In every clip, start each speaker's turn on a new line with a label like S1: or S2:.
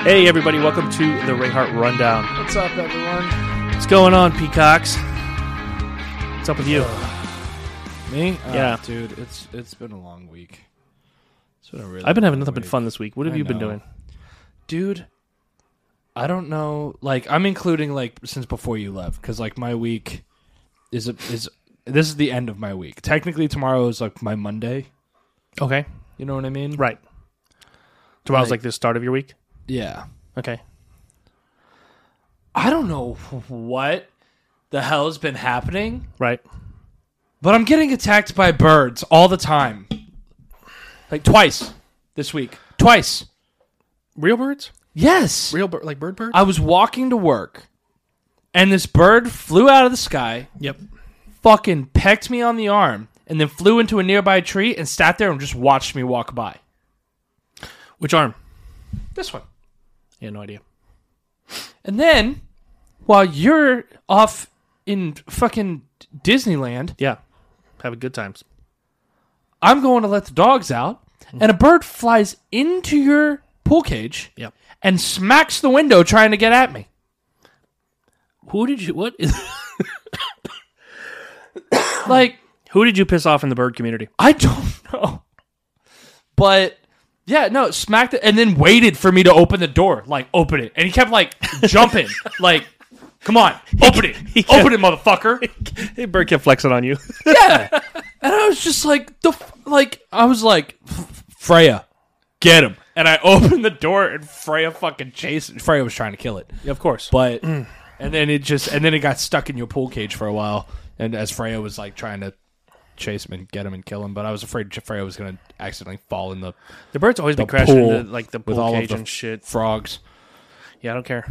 S1: Hey, everybody, welcome to the Rayhart Rundown.
S2: What's up, everyone?
S1: What's going on, Peacocks? What's up with you?
S2: Me? Oh,
S1: Yeah.
S2: dude. It's it's been a long week. It's been a really.
S1: I've been having
S2: long
S1: nothing but
S2: week.
S1: fun this week. What have
S2: I
S1: you been
S2: know.
S1: doing?
S2: dude. I don't know. Like I'm including like since before you left because like my week is is this is the end of my week. Technically, tomorrow is like my Monday.
S1: Okay.
S2: You know what I mean?
S1: Right. Tomorrow's
S2: Like-
S1: like the start of your week?
S2: Yeah.
S1: Okay.
S2: I don't know what the hell has been happening,
S1: Right.
S2: but I'm getting attacked by birds all the time. Like twice this week. Twice.
S1: Real birds?
S2: Yes.
S1: Real bird, like bird birds?
S2: I was walking to work, and this bird flew out of the sky,
S1: yep.
S2: fucking pecked me on the arm, and then flew into a nearby tree and sat there and just watched me walk by.
S1: Which arm?
S2: This one.
S1: Yeah, no idea.
S2: And then, while you're off in fucking Disneyland,
S1: Yeah. Having good times.
S2: I'm going to let the dogs out, and a bird flies into your pool cage
S1: Yep.
S2: and smacks the window trying to get at me.
S1: Who did you what is
S2: Like,
S1: Who did you piss off in the bird community?
S2: I don't know. But yeah, no, smacked it and then waited for me to open the door. Like, open it. And he kept like jumping. like, come on, open it.
S1: kept-
S2: open it, motherfucker.
S1: Hey, bird kept flexing on you.
S2: yeah. And I was just like, the f- like I was like, "F- Freya, get him. And I opened the door and Freya fucking chased it. Freya was trying to kill it.
S1: of course.
S2: But and then it just and then it got stuck in your pool cage for a while. And as Freya was like trying to chase him and get him and kill him, but I was afraid Freya was gonna accidentally fall in the
S1: the birds always been
S2: the
S1: crashing
S2: pool
S1: into like the
S2: with
S1: pool
S2: all of
S1: cage
S2: the-
S1: and shit.
S2: frogs.
S1: Yeah, I don't care.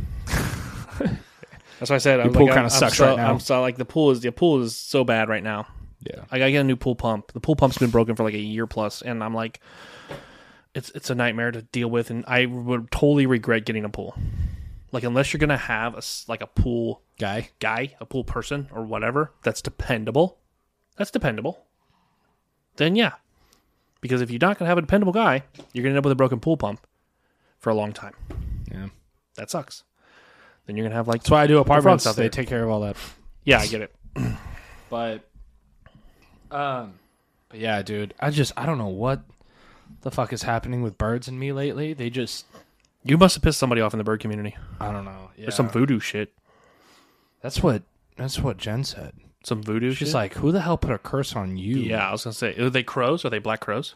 S1: That's why I said I'm
S2: pool
S1: like,
S2: kinda
S1: I'm- I'm
S2: sucks
S1: so-
S2: right now.
S1: I'm so like the pool is the pool is so bad right now.
S2: Yeah.
S1: I gotta get a new pool pump. The pool pump's been broken for like a year plus, and I'm like, it's it's a nightmare to deal with, and I would totally regret getting a pool. Like unless you're gonna have a s- like a pool
S2: Guy.
S1: guy, a pool person, or whatever that's dependable, that's dependable. Then yeah, because if you're not gonna have a dependable guy, you're gonna end up with a broken pool pump for a long time.
S2: Yeah.
S1: That sucks. Then you're gonna have like
S2: That's why I do apartments.
S1: out
S2: They
S1: there.
S2: take care of all that.
S1: yeah, I get it.
S2: But um but yeah, dude. I just I don't know what the fuck is happening with birds and me lately. They just
S1: You must have pissed somebody off in the bird community.
S2: I don't know. Yeah.
S1: There's some voodoo shit.
S2: That's what that's what Jen said.
S1: Some voodoo shit.
S2: She's like, who the hell put a curse on you?
S1: Yeah, I was gonna say, are they crows? Are they black crows?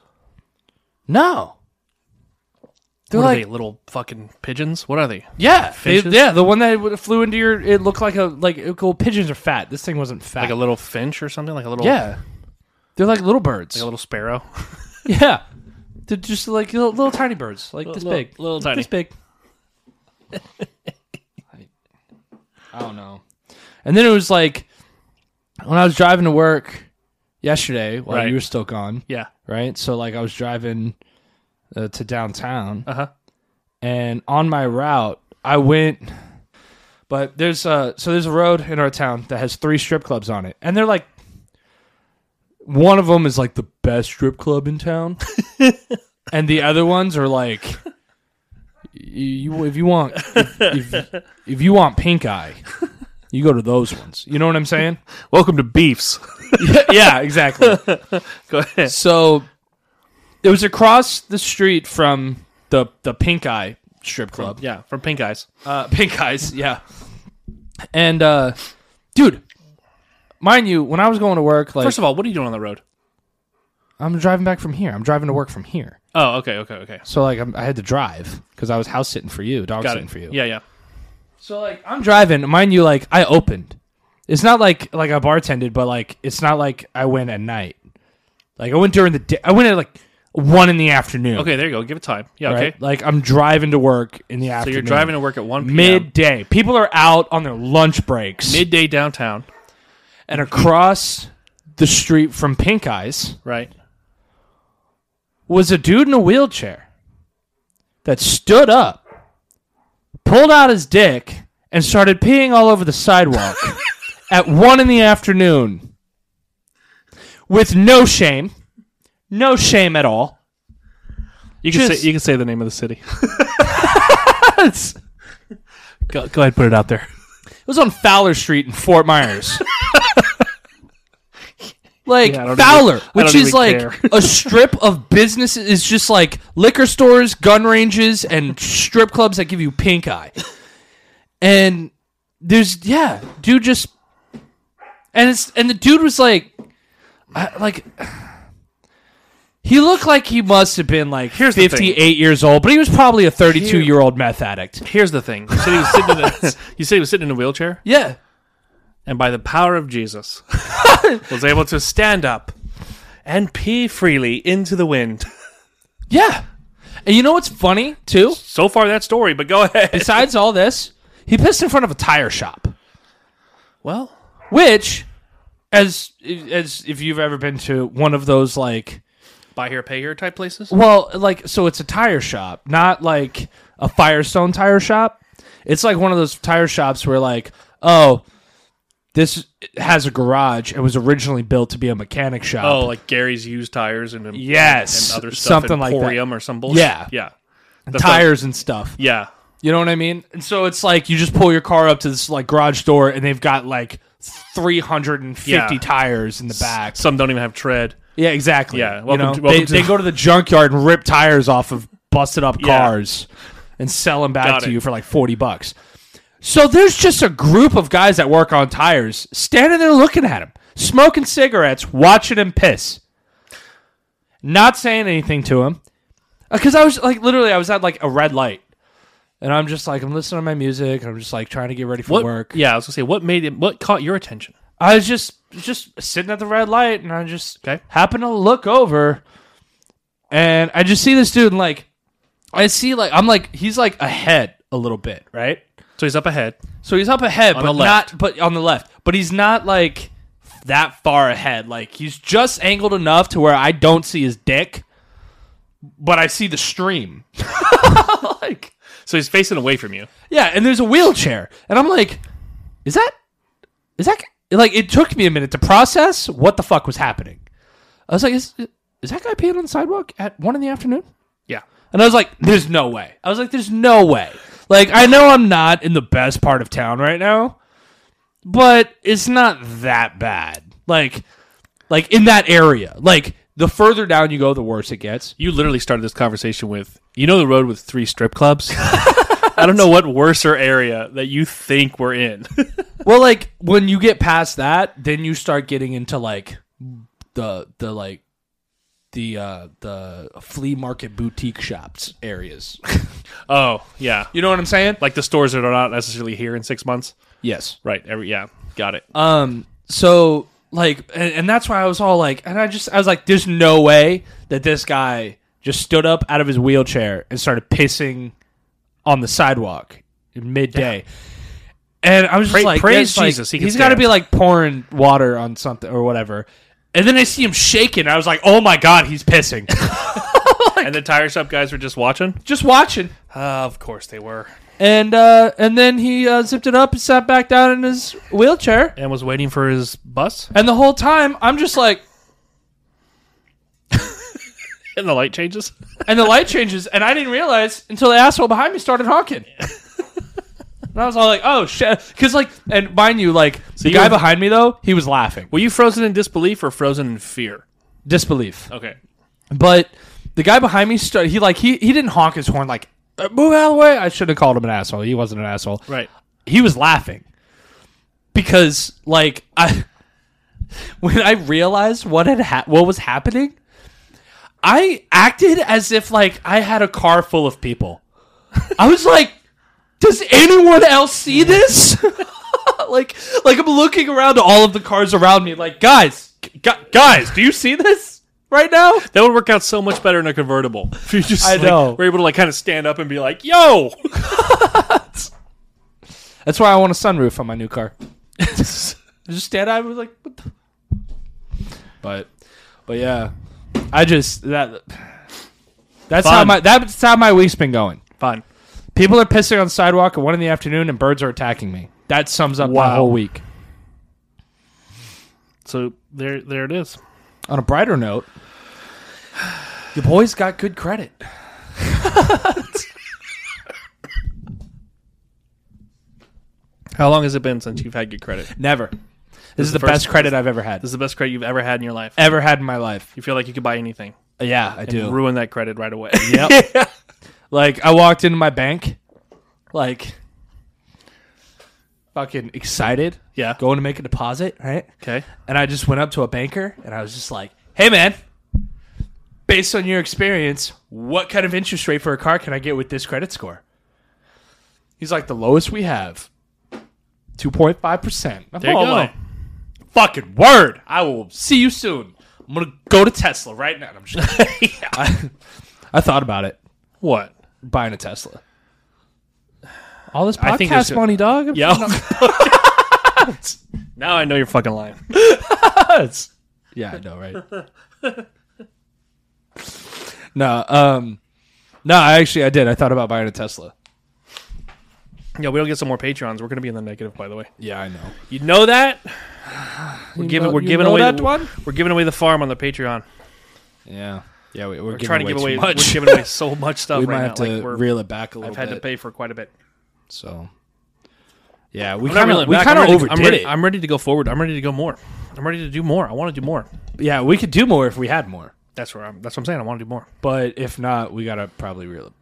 S2: No. They're
S1: what
S2: like,
S1: are they? Little fucking pigeons? What are they?
S2: yeah, they-
S1: Finches?
S2: yeah. The one that would- flew into your, it looked like a like. Well, pigeons are fat. This thing wasn't fat.
S1: Like a little finch or something? Like a little
S2: yeah, they're like little birds.
S1: like a little sparrow.
S2: yeah, they're just like little, little tiny birds, like this
S1: little-
S2: big,
S1: little
S2: Just
S1: tiny.
S2: this big. I, I don't know. And then it was like when I was driving to work yesterday while
S1: Right.
S2: you were still gone,
S1: yeah.
S2: right? So like I was driving uh, to downtown,
S1: Uh huh.
S2: and on my route i went but there's uh so there's a road in our town that has three strip clubs on it and they're like one of them is like the best strip club in town and the other ones are like y- you if you want if, if, if you want pink eye you go to those ones you know what i'm saying
S1: Welcome to beefs.
S2: yeah exactly
S1: Go ahead.
S2: so it was across the street from the the pink eye strip club
S1: Yeah, from pink eyes.
S2: uh, pink eyes, yeah. And uh, dude, mind you, when I was going to work, like
S1: First of all, what are you doing on the road?
S2: I'm driving back from here. I'm driving to work from here,
S1: Oh, okay, okay, okay.
S2: so like I'm, I had to drive because I was house sitting for you, dog
S1: Got
S2: sitting
S1: it.
S2: for you.
S1: Yeah, yeah.
S2: So like I'm driving, mind you, like I opened. It's not like like I bartended, but like it's not like I went at night. Like I went during the day. I went at like one in the afternoon.
S1: Okay, there you go. Give it time. Yeah,
S2: right?
S1: okay.
S2: Like I'm driving to work in the
S1: So
S2: afternoon.
S1: you're driving to work at one p.m.
S2: midday. People are out on their lunch breaks.
S1: midday downtown,
S2: and across the street from Pink Eyes
S1: right?
S2: was a dude in a wheelchair that stood up, pulled out his dick, and started peeing all over the sidewalk at one in the afternoon with no shame, no shame at all.
S1: You can
S2: Just-
S1: say you can say the name of the city.
S2: was.
S1: Go, go ahead, put it out there.
S2: It was on Fowler Street in Fort Myers. like
S1: Yeah, I don't
S2: Fowler,
S1: even- I
S2: which
S1: don't
S2: is
S1: even
S2: like
S1: care.
S2: a strip of businesses, is just like liquor stores, gun ranges, and strip clubs that give you pink eye. And there's yeah, dude just and it's and the dude was like, I, like. He looked like he must have been like
S1: Here's the thing.
S2: 58 years old, but he was probably a 32 year old meth addict.
S1: Here's the thing. You said he was sitting in a, you said he was sitting in a wheelchair,
S2: Yeah.
S1: and by the power of Jesus, was able to stand up and pee freely into the wind.
S2: Yeah. And you know what's funny, too?
S1: So far, that story. But go ahead.
S2: Besides all this, he pissed in front of a tire shop,
S1: Well,
S2: which, as as if you've ever been to one of those like,
S1: buy here, pay here type places.
S2: well, like so it's a tire shop, not like a Firestone tire shop. It's like one of those tire shops where like, oh, this has a garage and was originally built to be a mechanic shop.
S1: Oh, like Gary's used tires and
S2: Yes,
S1: and other stuff,
S2: something like that.
S1: Emporium or some bullshit.
S2: Yeah.
S1: yeah, That's like-
S2: tires and stuff.
S1: yeah.
S2: You know what I mean? And so it's like you just pull your car up to this like garage door and they've got like 350
S1: Yeah.
S2: tires in the back.
S1: Some don't even have tread.
S2: Yeah, exactly.
S1: Yeah,
S2: you
S1: welcome
S2: know,
S1: to- welcome
S2: they,
S1: to-
S2: they go to the junkyard and rip tires off of busted up
S1: Yeah.
S2: cars and sell them back
S1: Got
S2: to
S1: it.
S2: you for like 40 bucks. So there's just a group of guys that work on tires standing there looking at him, smoking cigarettes, watching him piss. Not saying anything to him. Because I was like, literally, I was at like a red light. And I'm just like, I'm listening to my music. And I'm just like trying to get ready for
S1: What?
S2: work.
S1: Yeah, I was gonna say what made it. What caught your attention?
S2: I was just just sitting at the red light, and I just
S1: Okay.
S2: happened to look over, and I just see this dude, and like, I see like I'm like he's like ahead a little bit, right?
S1: So he's up ahead.
S2: So he's up ahead, but
S1: the left.
S2: not but on the left, but he's not like that far ahead. Like he's just angled enough to where I don't see his dick, but I see the stream. like
S1: So he's facing away from you.
S2: yeah, and there's a wheelchair, and I'm like, is that, is that like? It took me a minute to process what the fuck was happening. I was like, is is that guy peeing on the sidewalk at one in the afternoon?
S1: Yeah.
S2: And I was like, there's no way. I was like, there's no way. Like, I know I'm not in the best part of town right now, but it's not that bad. Like, like in that area, like the further down you go, the worse it gets.
S1: You literally started this conversation with, you know, the road with three strip clubs. I don't know what worser area that you think we're in.
S2: Well, like when you get past that, then you start getting into like the the like the uh the flea market boutique shops areas.
S1: oh, yeah.
S2: you know what I'm saying?
S1: Like the stores that are not necessarily here in six months.
S2: Yes.
S1: Right. Every yeah. Got it.
S2: Um so like and, and that's why I was all like and I just I was like there's no way that this guy just stood up out of his wheelchair and started pissing on the sidewalk in midday. And I was just
S1: Pra-
S2: like
S1: praise
S2: that's, like,
S1: Jesus, he can
S2: he's got to
S1: stand.
S2: be like pouring water on something or whatever. And then I see him shaking. I was like, "Oh my god, he's pissing."
S1: and the tire shop guys were just watching.
S2: just watching.
S1: Ah, of course they were,
S2: And uh and then he uh, zipped it up and sat back down in his wheelchair.
S1: and was waiting for his bus.
S2: And the whole time I'm just like
S1: And the light changes.
S2: and the light changes, and I didn't realize until the asshole behind me started honking. and I was all like, "Oh shit!" Because like, and mind you, like the
S1: you
S2: guy
S1: were-
S2: behind me though, he was laughing,
S1: Were you frozen in disbelief or frozen in fear?
S2: disbelief.
S1: Okay.
S2: But the guy behind me, st- he like he he didn't honk his horn like "Uh, move out of the way. I should have called him an asshole. He wasn't an asshole.
S1: Right.
S2: He was laughing because like I when I realized what had ha- what was happening, I acted as if like I had a car full of people. I was like, does anyone else see this? like like I'm looking around to all of the cars around me like, guys, gu- guys, do you see this right now?
S1: That would work out so much better in a convertible. If you just
S2: I
S1: like,
S2: know.
S1: were able to like kind of stand up and be like, "Yo,
S2: That's why I want a sunroof on my new car. just stand out and be like, what the? But, but yeah, I just that. That's how
S1: Fun.
S2: my that's how my week's been going.
S1: fine."
S2: People are pissing on the sidewalk at one in the afternoon, and birds are attacking me. That sums up my
S1: Wow.
S2: whole week.
S1: So there, there it is.
S2: On a brighter note, your boys got good credit.
S1: How long has it been since you've had good credit? This
S2: Never. This, is
S1: the
S2: the,
S1: first-
S2: best credit I've ever had.
S1: is the best credit you've ever had in your life.
S2: Ever had in my life.
S1: You feel like you could buy anything.
S2: Yeah, I do.
S1: Ruin that credit right away.
S2: Yep. like I walked into my bank, like fucking excited,
S1: yeah.
S2: going to make a deposit, right?
S1: Okay.
S2: And I just went up to a banker and I was just like, "Hey, man, based on your experience, what kind of interest rate for a car can I get with this credit score?" He's like, "The lowest we have, two point five percent."
S1: There you go.
S2: fucking word. I will see you soon. I'm gonna go to Tesla right now. I'm just, I, I thought about it
S1: What?
S2: buying a Tesla. All this
S1: I think it's
S2: podcast
S1: a-
S2: money, dog. I'm
S1: Yeah. now I know you're fucking lying.
S2: nuts. Yeah, I know, right? no, um, no. I actually, I did. I thought about buying a Tesla.
S1: Yeah, we don't get some more Patreons. We're gonna be in the negative, by the way.
S2: Yeah, I know.
S1: You know that? We're giving
S2: know-
S1: we're
S2: you
S1: giving
S2: know
S1: away
S2: that
S1: the,
S2: one?
S1: We're giving away the farm on the Patreon.
S2: Yeah, yeah. We, we're,
S1: We're trying to give away
S2: too much.
S1: we're giving away so much stuff
S2: we
S1: right
S2: might
S1: now.
S2: have to
S1: like we're
S2: reel it back a little
S1: I've had
S2: bit.
S1: to pay for quite a bit.
S2: So, yeah, we
S1: I'm not
S2: kind of
S1: reeling
S2: we
S1: back.
S2: kind of
S1: I'm ready-
S2: overdid
S1: I'm ready,
S2: it.
S1: I'm ready to go forward. I'm ready to go more. I'm ready to do more. I want to do more.
S2: yeah, we could do more if we had more,
S1: That's where I'm. That's what I'm saying. I want to do more.
S2: but if not, we gotta probably reel it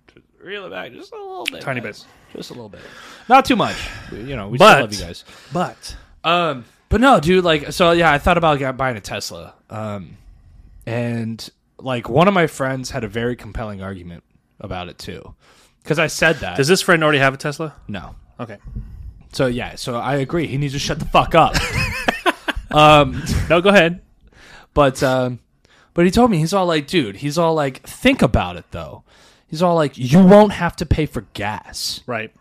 S2: reel it back just a little bit,
S1: Tiny
S2: guys.
S1: bits.
S2: just a little bit, not too much. We- You know, we
S1: But-
S2: still love you guys.
S1: But
S2: Um, but no, dude, like, so yeah, I thought about like, buying a Tesla. Um, and like one of my friends had a very compelling argument about it too, because I said that.
S1: does this friend already have a Tesla?
S2: no,
S1: Okay.
S2: so yeah, so I agree. He needs to shut the fuck up.
S1: No, go ahead.
S2: But um, but he told me he's all like, dude, he's all like, think about it though. He's all like, you won't have to pay for gas.
S1: Right.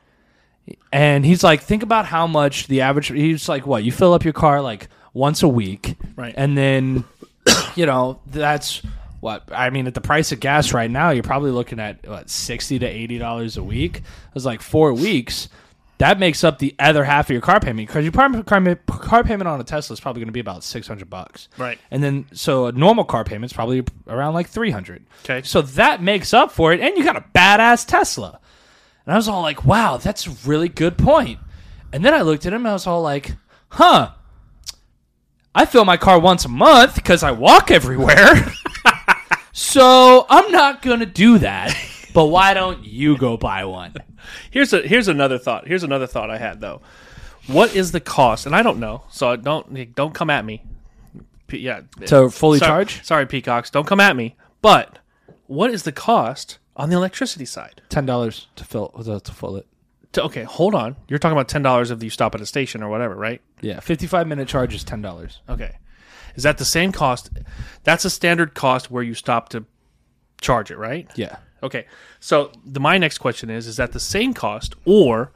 S2: And he's like, think about how much the average. He's like, what you fill up your car like once a week,
S1: Right.
S2: And then, you know, that's what I mean. At the price of gas right now, you're probably looking at what sixty to eighty dollars a week. It was like four weeks. That makes up the other half of your car payment because your car, car, car payment on a Tesla is probably going to be about six hundred bucks,
S1: Right.
S2: And then so a normal car payment's probably around like three hundred.
S1: Okay.
S2: so that makes up for it, and you got a badass Tesla. And I was all like, wow, that's a really good point. And then I looked at him and I was all like, huh, I fill my car once a month because I walk everywhere. so I'm not going to do that. But why don't you go buy one?
S1: Here's a here's another thought. Here's another thought I had though. What is the cost? And I don't know, so don't don't come at me. P- yeah.
S2: To fully
S1: sorry,
S2: charge?
S1: Sorry, peacocks. Don't come at me. But what is the cost on the electricity side?
S2: $10 to fill, to fill it.
S1: To, okay, hold on. You're talking about ten dollars if you stop at a station or whatever, right?
S2: Yeah, 55 minute charge is $10.
S1: Okay. Is that the same cost? That's a standard cost where you stop to charge it, right?
S2: Yeah.
S1: Okay. So the my next question is: Is that the same cost, or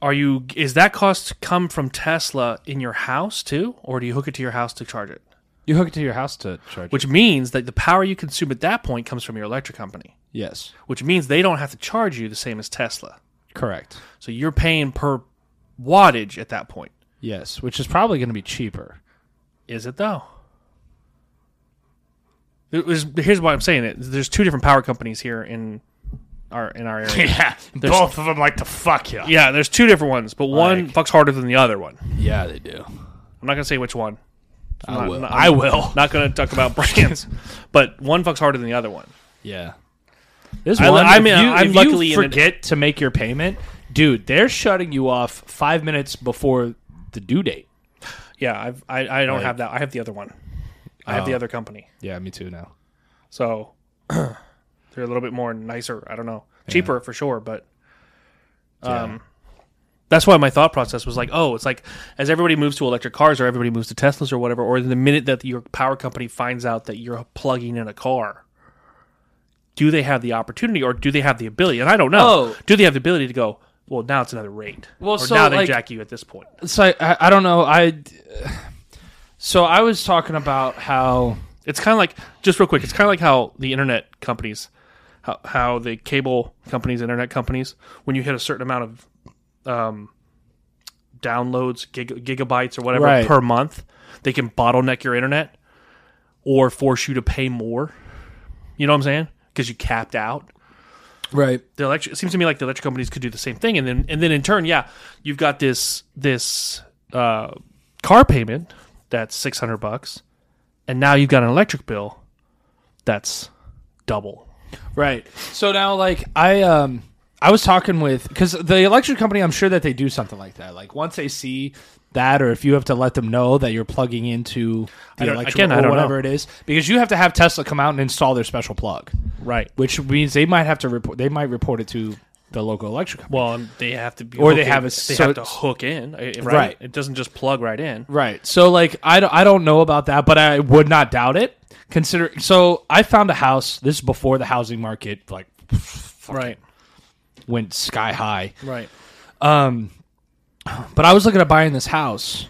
S1: are you? Is that cost come from Tesla in your house too, or do you hook it to your house to charge it?
S2: You hook it to your house to charge it.
S1: Which means that the power you consume at that point comes from your electric company,
S2: Yes,
S1: which means they don't have to charge you the same as Tesla.
S2: correct.
S1: So you're paying per wattage at that point.
S2: Yes, which is probably going to be cheaper.
S1: Is it though? It was- here's why I'm saying it. There's two different power companies here in our in our area.
S2: Yeah, both of them like to fuck you.
S1: Yeah, there's two different ones, but one
S2: Like-
S1: fucks harder than the other one. I'm
S2: Yeah, they do.
S1: not gonna say which one. I'm
S2: I
S1: not-
S2: will.
S1: not-
S2: I will.
S1: Not gonna talk about brands, but one fucks harder than the other one.
S2: Yeah. This
S1: I-
S2: one,
S1: I'm-
S2: I'm, if you,
S1: I'm
S2: if
S1: luckily
S2: you
S1: in an-
S2: forget to make your payment, dude, they're shutting you off five minutes before the due date.
S1: Yeah, I've, I I don't have that. I have the other one. I have the
S2: Oh.
S1: other company,
S2: Yeah, me too now.
S1: so they're a little bit more nicer. I don't know, cheaper for sure, but um, that's why my thought process was like, oh, it's like as everybody moves to electric cars or everybody moves to Teslas or whatever, or the minute that your power company finds out that you're plugging in a car, do they have the opportunity or do they have the ability? And I don't know.
S2: Oh.
S1: Do they have the ability to go? Well, now it's another rate.
S2: Well,
S1: or
S2: so,
S1: now they
S2: like-
S1: jack you at this point.
S2: So I, I, I don't know. I so I was talking about how
S1: It's kind of like just real quick. It's kind of like how the internet companies, how how the cable companies, internet companies, when you hit a certain amount of um, downloads, gig, gigabytes or whatever
S2: Right.
S1: per month, they can bottleneck your internet or force you to pay more. You know what I'm saying? Because you capped out.
S2: Right.
S1: the electric it seems to me like the electric companies could do the same thing and then and then in turn yeah you've got this this uh, car payment that's 600 bucks and now you've got an electric bill that's double
S2: Right. So now, like, I um, I was talking with because the electric company, I'm sure that they do something like that. Like once they see that, or if you have to let them know that you're plugging into
S1: I
S2: the
S1: don't-
S2: electric
S1: again, I
S2: or
S1: don't
S2: whatever
S1: know.
S2: it is, because you have to have Tesla come out and install their special plug,
S1: right
S2: which means they might have to report. They might report it to the local electric company.
S1: well and they have to be
S2: Or they
S1: hooking-
S2: have a-
S1: they
S2: so
S1: have to
S2: it's-
S1: hook in eh, right?
S2: Right.
S1: it doesn't just plug right in
S2: Right. So like I don't, I don't know about that, but I would not doubt it. Consider so I found a house. This is before the housing market like
S1: right
S2: went sky high.
S1: right
S2: Um, but I was looking at buying this house.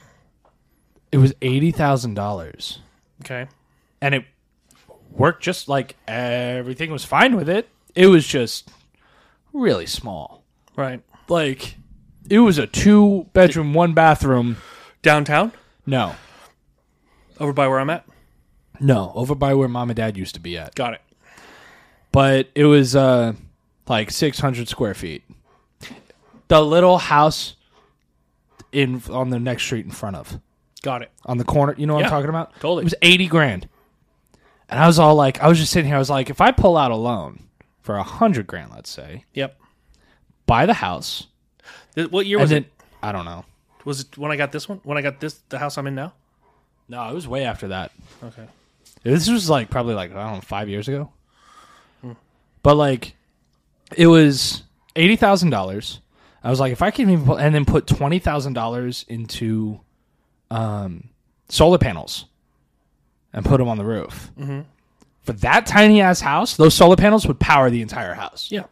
S2: It was eighty thousand dollars,
S1: okay
S2: and it worked just like everything was fine with it. It was just really small.
S1: right
S2: Like it was a two bedroom, one bathroom.
S1: downtown
S2: No,
S1: over by where i'm at
S2: no, over by where mom and dad used to be at.
S1: got it
S2: but it was uh like 600 square feet the little house in on the next street in front of
S1: got it
S2: on the corner you know what
S1: Yeah,
S2: i'm talking about
S1: totally.
S2: it was 80 grand and i was all like i was just sitting here i was like if i pull out a loan for a hundred grand let's say
S1: yep
S2: buy the house
S1: Th- what year
S2: and
S1: was
S2: then
S1: it
S2: i don't know
S1: was it when i got this one when i got this the house i'm in now
S2: no it was way after that
S1: okay
S2: This was like probably like I don't know five years ago, but like it was eighty thousand dollars. I was like, if I can even put, and then put twenty thousand dollars into um, solar panels and put them on the roof for that tiny ass house, those solar panels would power the entire house.
S1: yeah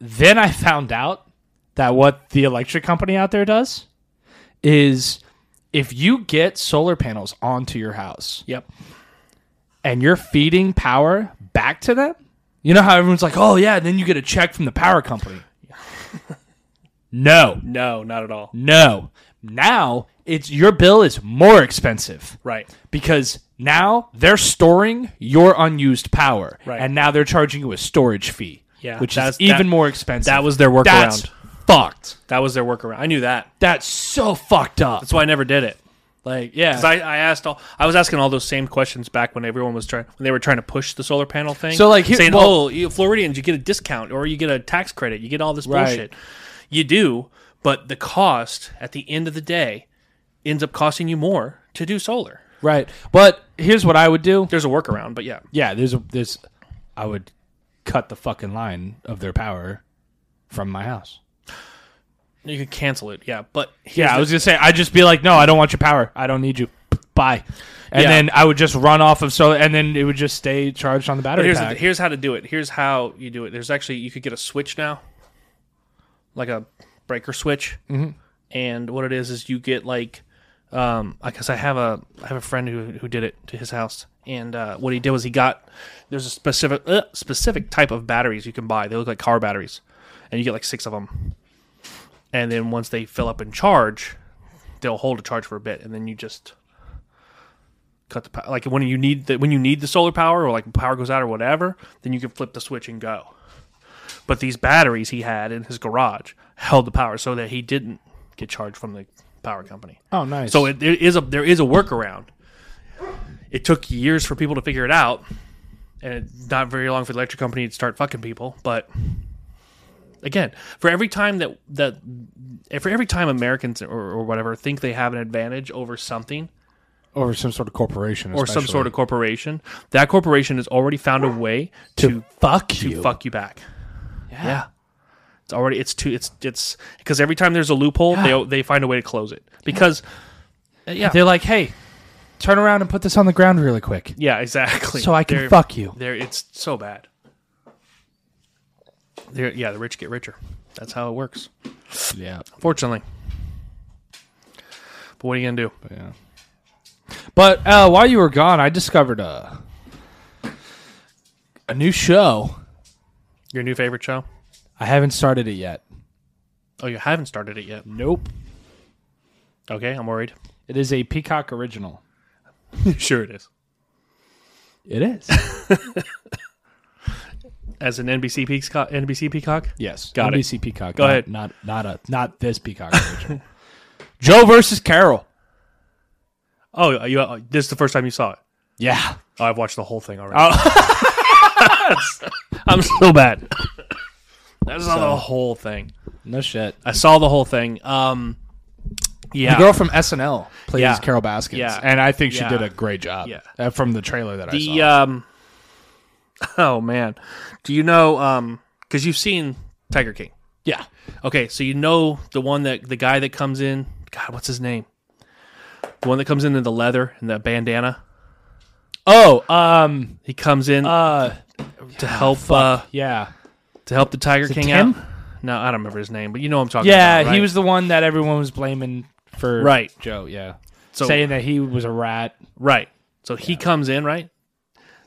S2: Then I found out that what the electric company out there does is if you get solar panels onto your house
S1: yep
S2: and you're feeding power back to them, you know how everyone's like, oh, yeah, then you get a check from the power company. no,
S1: no not at all
S2: no. Now it's your bill is more expensive
S1: right
S2: because now they're storing your unused power
S1: Right.
S2: and now they're charging you a storage fee,
S1: Yeah,
S2: which is
S1: that's- that-
S2: even more expensive.
S1: that was their workaround.
S2: That's fucked.
S1: That was their workaround. I knew that.
S2: That's so fucked up.
S1: That's why I never did it.
S2: Like,
S1: 'Cause
S2: yeah.
S1: I, I asked all, I was asking all those same questions back when everyone was trying, when they were trying to push the solar panel thing.
S2: So, like, here-
S1: saying,
S2: well-
S1: "Oh, you Floridians, you get a discount or you get a tax credit, you get all this
S2: Right.
S1: bullshit." You do, but the cost at the end of the day ends up costing you more to do solar.
S2: right. But here's what I would do.
S1: There's a workaround, but yeah,
S2: yeah, there's a there's I would cut the fucking line of their power from my house.
S1: you can cancel it. Yeah, but here's
S2: Yeah, I
S1: the-
S2: was gonna say I'd just be like, no, I don't want your power. I don't need you. Bye. And
S1: Yeah.
S2: then I would just run off of solar, and then it would just stay charged on the
S1: But
S2: battery
S1: here's the,
S2: pack.
S1: here's how to do it. Here's how you do it. There's actually you could get a switch now, like a breaker switch, mm-hmm. and what it is is you get like, um, I guess I have a I have a friend who who did it to his house, and uh, what he did was he got there's a specific uh, specific type of batteries you can buy. They look like car batteries, and you get like six of them, and then once they fill up and charge, they'll hold a charge for a bit, and then you just cut the power. Like when you need the when you need the solar power, or like power goes out or whatever, then you can flip the switch and go. But these batteries he had in his garage held the power so that he didn't get charged from the power company.
S2: oh, nice.
S1: So it, there is a there is a workaround. It took years for people to figure it out, and it, not very long for the electric company to start fucking people. But again, for every time that that and for every time Americans or, or whatever think they have an advantage over something,
S2: over some sort of corporation
S1: or some sort of corporation, that corporation has already found a way to,
S2: fuck
S1: to
S2: you.
S1: fuck you back.
S2: Yeah.
S1: It's already it's too it's it's because every time there's a loophole, they they find a way to close it because yeah yeah,
S2: They're like, hey, turn around and put this on the ground really quick,
S1: exactly.
S2: so I can
S1: They're-
S2: fuck you.
S1: They're it's so bad. They're, yeah, the rich get richer. That's how it works.
S2: Yeah.
S1: Fortunately. But what are you gonna do?
S2: Yeah. But uh, while you were gone, I discovered a a new show.
S1: Your new favorite show?
S2: I haven't started it yet.
S1: Oh, you haven't started it yet.
S2: Nope.
S1: Okay, I'm worried.
S2: It is a Peacock original.
S1: sure it is.
S2: It is.
S1: as an NBC peacock. NBC peacock.
S2: Yes,
S1: Got it.
S2: NBC Peacock.
S1: Go
S2: not,
S1: ahead.
S2: Not not a not this Peacock original. Joe versus Carol.
S1: Oh, you, uh, this is the first time you saw it.
S2: Yeah,
S1: Oh, I've watched the whole thing already.
S2: Oh.
S1: I'm so bad. I saw the whole thing.
S2: no shit.
S1: I saw the whole thing. Um, yeah,
S2: The girl from SNL plays
S1: Yeah.
S2: Carol Baskins,
S1: Yeah.
S2: and I think she
S1: Yeah.
S2: did a great job.
S1: Yeah.
S2: uh, from the trailer that I saw.
S1: the um, oh man, do you know um? Because you've seen Tiger King.
S2: yeah,
S1: Okay, so you know the one that the guy that comes in. God, what's his name? The one that comes in in the leather and the bandana.
S2: Oh, um,
S1: He comes in
S2: uh,
S1: to help uh,
S2: yeah,
S1: to help the Tiger King
S2: Tim?
S1: out. No, I don't remember his name, but you know what I'm talking
S2: yeah.
S1: about. right?
S2: He was the one that everyone was blaming for
S1: Right.
S2: Joe. Yeah,
S1: So-
S2: saying that he was a rat.
S1: Right. So he comes in, right?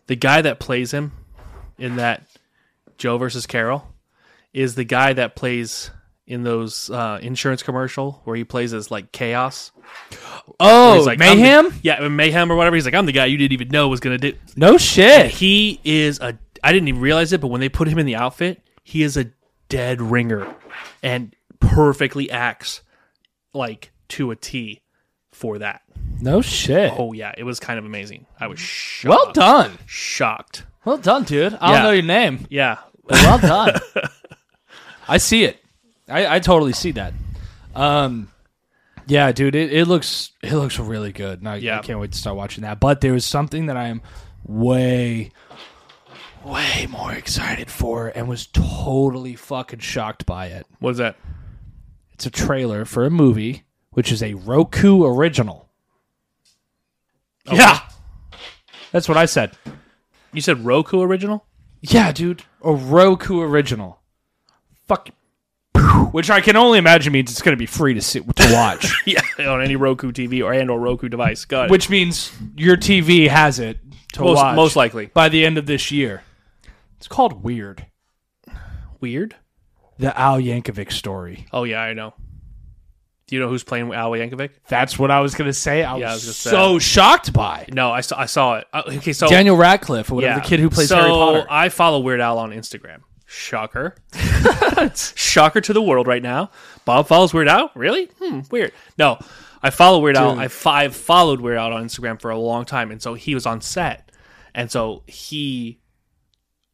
S1: The guy that plays him in that Joe versus Carol is the guy that plays in those uh, insurance commercial where he plays as like chaos.
S2: Oh,
S1: He's like I'm the-
S2: mayhem.
S1: yeah, mayhem or whatever. He's like, I'm the guy you didn't even know was gonna do.
S2: no shit.
S1: He is a. I didn't even realize it, but when they put him in the outfit, he is a dead ringer, and perfectly acts like to a T for that.
S2: No shit.
S1: Oh yeah, it was kind of amazing. I was shocked.
S2: Well done.
S1: Shocked.
S2: Well done, dude. I
S1: Yeah.
S2: don't know your name.
S1: Yeah.
S2: Well done. I see it. I, I totally see that. Um, yeah, dude, it, it looks it looks really good. And I,
S1: Yeah.
S2: I can't wait to start watching that. But there is something that I am way, way more excited for, and was totally fucking shocked by it.
S1: What is that?
S2: It's a trailer for a movie, which is a Roku original. Yeah, that's what I said.
S1: Oh, You said Roku original?
S2: Yeah, dude, a Roku original. Fuck. Which I can only imagine means it's going to be free to sit to watch.
S1: Yeah. On any Roku TV or and or Roku device. Got it.
S2: which means your TV has it to
S1: most,
S2: watch
S1: most likely.
S2: by the end of this year. It's called Weird:
S1: Weird.
S2: The Al Yankovic Story.
S1: Oh yeah, I know. Do you know who's playing Al Yankovic?
S2: That's what I was going to say. I, was,
S1: I was gonna say.
S2: so shocked by
S1: No, I saw I saw it. Uh, Okay, so
S2: Daniel Radcliffe or whatever
S1: yeah.
S2: the kid who plays
S1: so
S2: Harry Potter.
S1: I follow Weird Al on Instagram. Shocker. Shocker to the world right now. Bob follows Weird Al? Really? Hmm, weird. No. I follow Weird Al. I fo- I've followed Weird Al on Instagram for a long time and so he was on set. And so he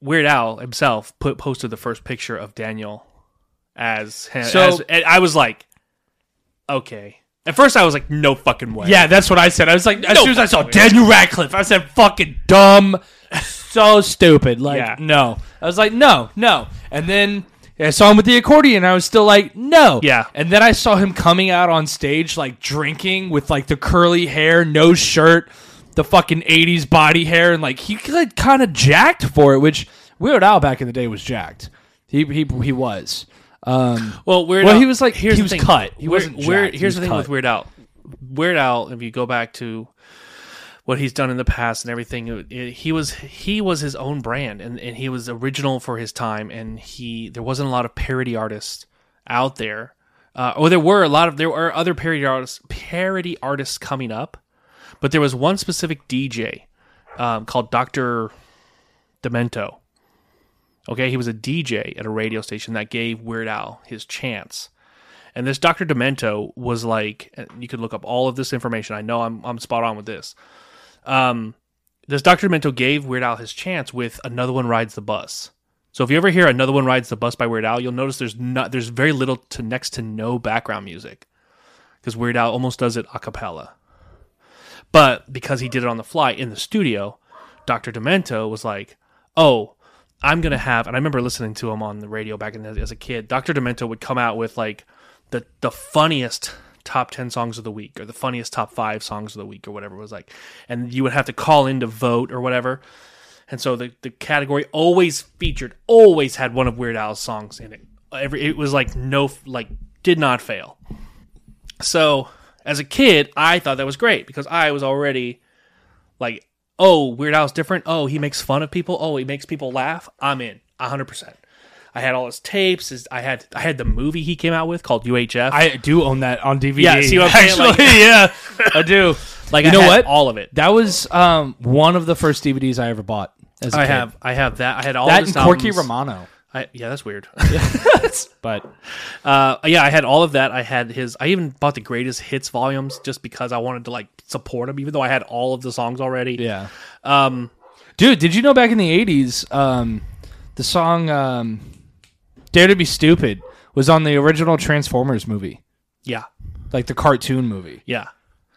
S1: Weird Al himself put posted the first picture of Daniel as him.
S2: So-
S1: as- and I was like, okay. At first, I was like, no fucking way.
S2: yeah, that's what I said. I was like, as
S1: No
S2: soon as I saw
S1: fucking way.
S2: Daniel Radcliffe, I said, "Fucking dumb, so stupid." Like,
S1: Yeah.
S2: no, I was like, no, no. And then I saw him with the accordion. I was still like, no.
S1: Yeah.
S2: And then I saw him coming out on stage, like drinking with like the curly hair, no shirt, the fucking '80s body hair, and like he like, kind of jacked for it, which Weird Al back in the day was jacked. He he he was. Um,
S1: Well, Weird
S2: Well,
S1: Al,
S2: he was like-
S1: here's
S2: he
S1: the
S2: was
S1: thing.
S2: cut. He
S1: Weird,
S2: wasn't
S1: Weird,
S2: jacked. He
S1: here's the
S2: was
S1: thing with
S2: cut.
S1: Weird Al. Weird Al, if you go back to what he's done in the past and everything, it- it- he was he was his own brand, and, and he was original for his time. And he there wasn't a lot of parody artists out there. Uh, or there were a lot of there were other parody artists parody artists coming up, but there was one specific DJ um, called Doctor Demento. Okay, he was a DJ at a radio station that gave Weird Al his chance. And this Dr. Demento was like, you could look up all of this information. I know I'm, I'm spot on with this. Um, this Dr. Demento gave Weird Al his chance with Another One Rides the Bus. So if you ever hear Another One Rides the Bus by Weird Al, you'll notice there's not there's very little to next to no background music because Weird Al almost does it a cappella. But because he did it on the fly in the studio, Dr. Demento was like, oh, I'm going to have, and I remember listening to him on the radio back in the, as a kid. Dr. Demento would come out with like the, the funniest top 10 songs of the week or the funniest top five songs of the week or whatever it was like. And you would have to call in to vote or whatever. And so the, the category always featured, always had one of Weird Al's songs in it. Every, it was like no, like did not fail. So as a kid, I thought that was great because I was already like, oh, Weird Al's different. Oh, he makes fun of people. Oh, he makes people laugh. I'm in, hundred percent. I had all his tapes. His, I had I had the movie he came out with called UHF.
S2: I do own that on DVD.
S1: Yeah, see what I'm saying?
S2: actually,
S1: Like-
S2: yeah, I do.
S1: like
S2: you
S1: I
S2: know
S1: had
S2: what?
S1: All of it.
S2: That was um, one of the first DVDs I ever bought.
S3: As a
S1: I
S3: kid.
S1: have, I have that. I had all
S2: that
S1: of
S2: and
S1: his
S2: Corky
S1: albums.
S2: Romano.
S1: I, yeah, that's weird.
S2: But
S1: Uh, yeah, I had all of that. I had his. I even bought the greatest hits volumes just because I wanted to like support him, even though I had all of the songs already.
S2: yeah,
S1: Um,
S2: dude, did you know back in the '80s, um, the song um, "Dare to Be Stupid" was on the original Transformers movie,
S1: yeah,
S2: like the cartoon movie.
S1: yeah,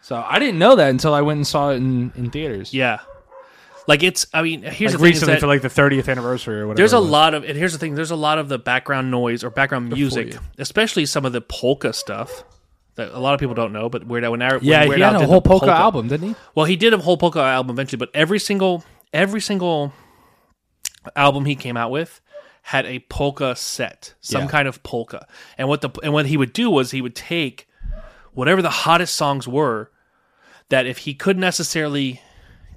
S2: So I didn't know that until I went and saw it in, in theaters.
S1: yeah. Like it's. I mean, here's
S2: like
S1: the thing: is
S2: recently
S1: that
S2: for like the 30th anniversary or whatever.
S1: there's
S2: it
S1: a
S2: was.
S1: lot of, and here's the thing: there's a lot of the background noise or background music,
S2: you.
S1: especially some of the polka stuff that a lot of people don't know. But Weird Al, when, Ar- when
S2: Yeah,
S1: Weird
S2: he
S1: Al
S2: had a
S1: did
S2: whole
S1: the
S2: polka, album, didn't he?
S1: Well, he did a whole polka album eventually, but every single every single album he came out with had a polka set, some
S2: Yeah.
S1: kind of polka. And what the and what he would do was he would take whatever the hottest songs were that if he couldn't necessarily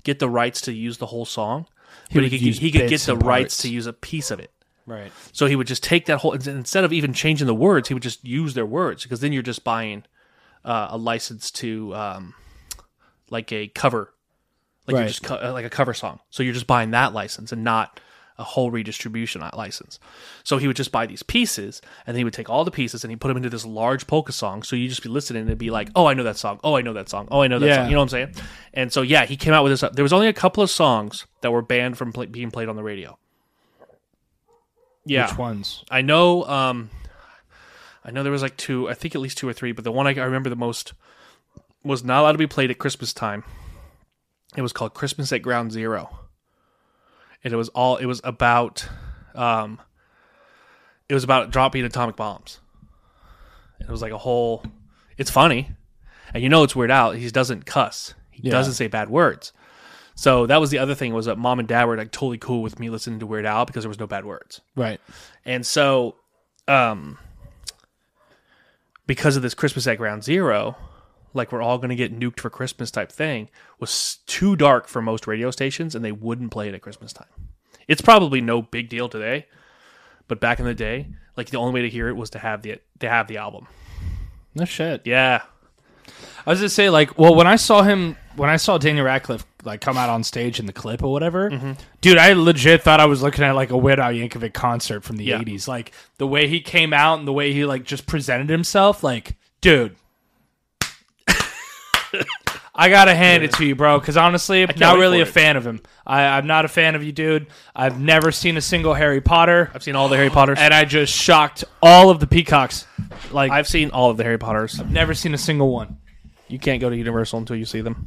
S1: get the rights to use the whole song, but
S2: would
S1: he could
S2: use
S1: he could get
S2: bits
S1: the
S2: and
S1: rights
S2: parts.
S1: to use a piece of it.
S2: Right.
S1: So he would just take that whole instead of even changing the words, he would just use their words because then you're just buying uh, a license to um, like a cover, like you're
S2: Right.
S1: just co- uh, like a cover song. So you're just buying that license and not a whole redistribution li- license. So he would just buy these pieces and then he would take all the pieces and he put them into this large polka song. So you just be listening and it'd be like, oh, I know that song. Oh, I know that song. Oh, I know that
S2: Yeah.
S1: song. You know what I'm saying? And so yeah, he came out with this. uh, There was only a couple of songs that were banned from pla being played on the radio. Yeah.
S2: Which ones?
S1: I know. Um, I know there was like two. I think at least two or three. But the one I, I remember the most was not allowed to be played at Christmas time. It was called Christmas at Ground Zero, and it was all. It was about. Um, it was about dropping atomic bombs. And it was like a whole. It's funny, and you know it's Weird Al. He doesn't cuss. He doesn't say bad words. So that was the other thing was that mom and dad were like totally cool with me listening to Weird Al because there was no bad words.
S2: Right.
S1: And so, um, because of this Christmas at Ground Zero, like we're all going to get nuked for Christmas type thing, was too dark for most radio stations and they wouldn't play it at Christmas time. It's probably no big deal today, but back in the day, like the only way to hear it was to have the to have the album.
S2: No shit.
S1: Yeah.
S2: I was gonna say like, well, when I saw him, when I saw Daniel Radcliffe like come out on stage in the clip or whatever,
S1: Mm-hmm.
S2: dude, I legit thought I was looking at like a Weird Al Yankovic concert from the
S1: Yeah.
S2: '80s. Like the way he came out and the way he like just presented himself, like, dude. I gotta hand it to you, bro. Because honestly, I'm not
S1: wait
S2: really
S1: for
S2: a
S1: it.
S2: fan of him. I, I'm not a fan of you, dude. I've never seen a single Harry Potter,
S1: I've seen all the Harry Potters.
S2: and I just shocked all of the peacocks. Like I've
S1: I've seen all of the Harry Potters.
S2: never seen a single one.
S1: You can't go to Universal until you see them.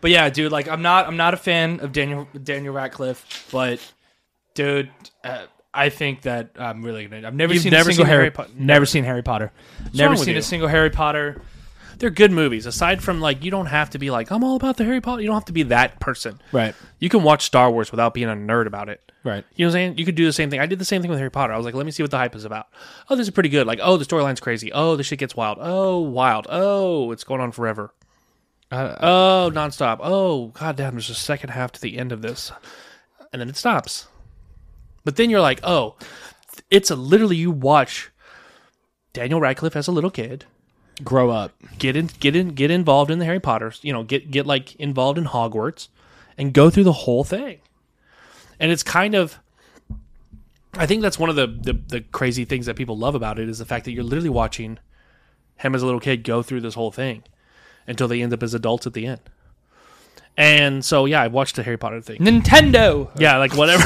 S2: But yeah, dude, like I'm not I'm not a fan of Daniel Daniel Radcliffe, but dude, uh, I think that I'm really gonna. I've never
S1: You've
S2: seen
S1: never
S2: a single
S1: seen
S2: Harry,
S1: Harry
S2: Potter.
S1: Po-
S2: Never seen Harry Potter. Never
S1: wrong with
S2: seen a
S1: you?
S2: single Harry Potter.
S1: They're good movies. Aside from like, you don't have to be like, I'm all about the Harry Potter. You don't have to be that person.
S2: Right.
S1: You can watch Star Wars without being a nerd about it.
S2: Right.
S1: You know what I'm saying? You could do the same thing. I did the same thing with Harry Potter. I was like, let me see what the hype is about. Oh, this is pretty good. Like, oh, the storyline's crazy. Oh, the shit gets wild. Oh, wild. Oh, it's going on forever. oh, nonstop. Oh, goddamn, there's a second half to the end of this. And then it stops. But then you're like, oh, it's a literally you watch Daniel Radcliffe as a little kid
S2: Grow up.
S1: get in get in get involved in the Harry Potter, you know, get get like involved in Hogwarts and go through the whole thing. And it's kind of I think that's one of the, the the crazy things that people love about it is the fact that you're literally watching him as a little kid go through this whole thing until they end up as adults at the end. And so yeah, I've watched the Harry Potter thing.
S2: Nintendo.
S1: Yeah, like whatever.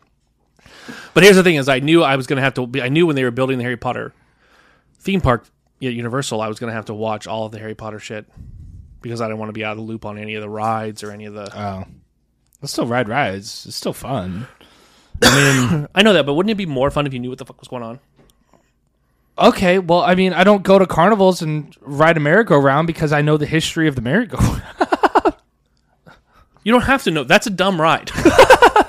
S1: but here's the thing: is I knew I was going to have to. Be, I knew when they were building the Harry Potter theme park at Universal, I was going to have to watch all of the Harry Potter shit because I didn't want to be out of the loop on any of the rides or any of the.
S2: Oh, let's still ride rides. It's still fun.
S1: I know that, but wouldn't it be more fun if you knew what the fuck was going on?
S2: Okay, well, I mean, I don't go to carnivals and ride a merry-go-round because I know the history of the merry-go-round.
S1: You don't have to know. That's a dumb ride.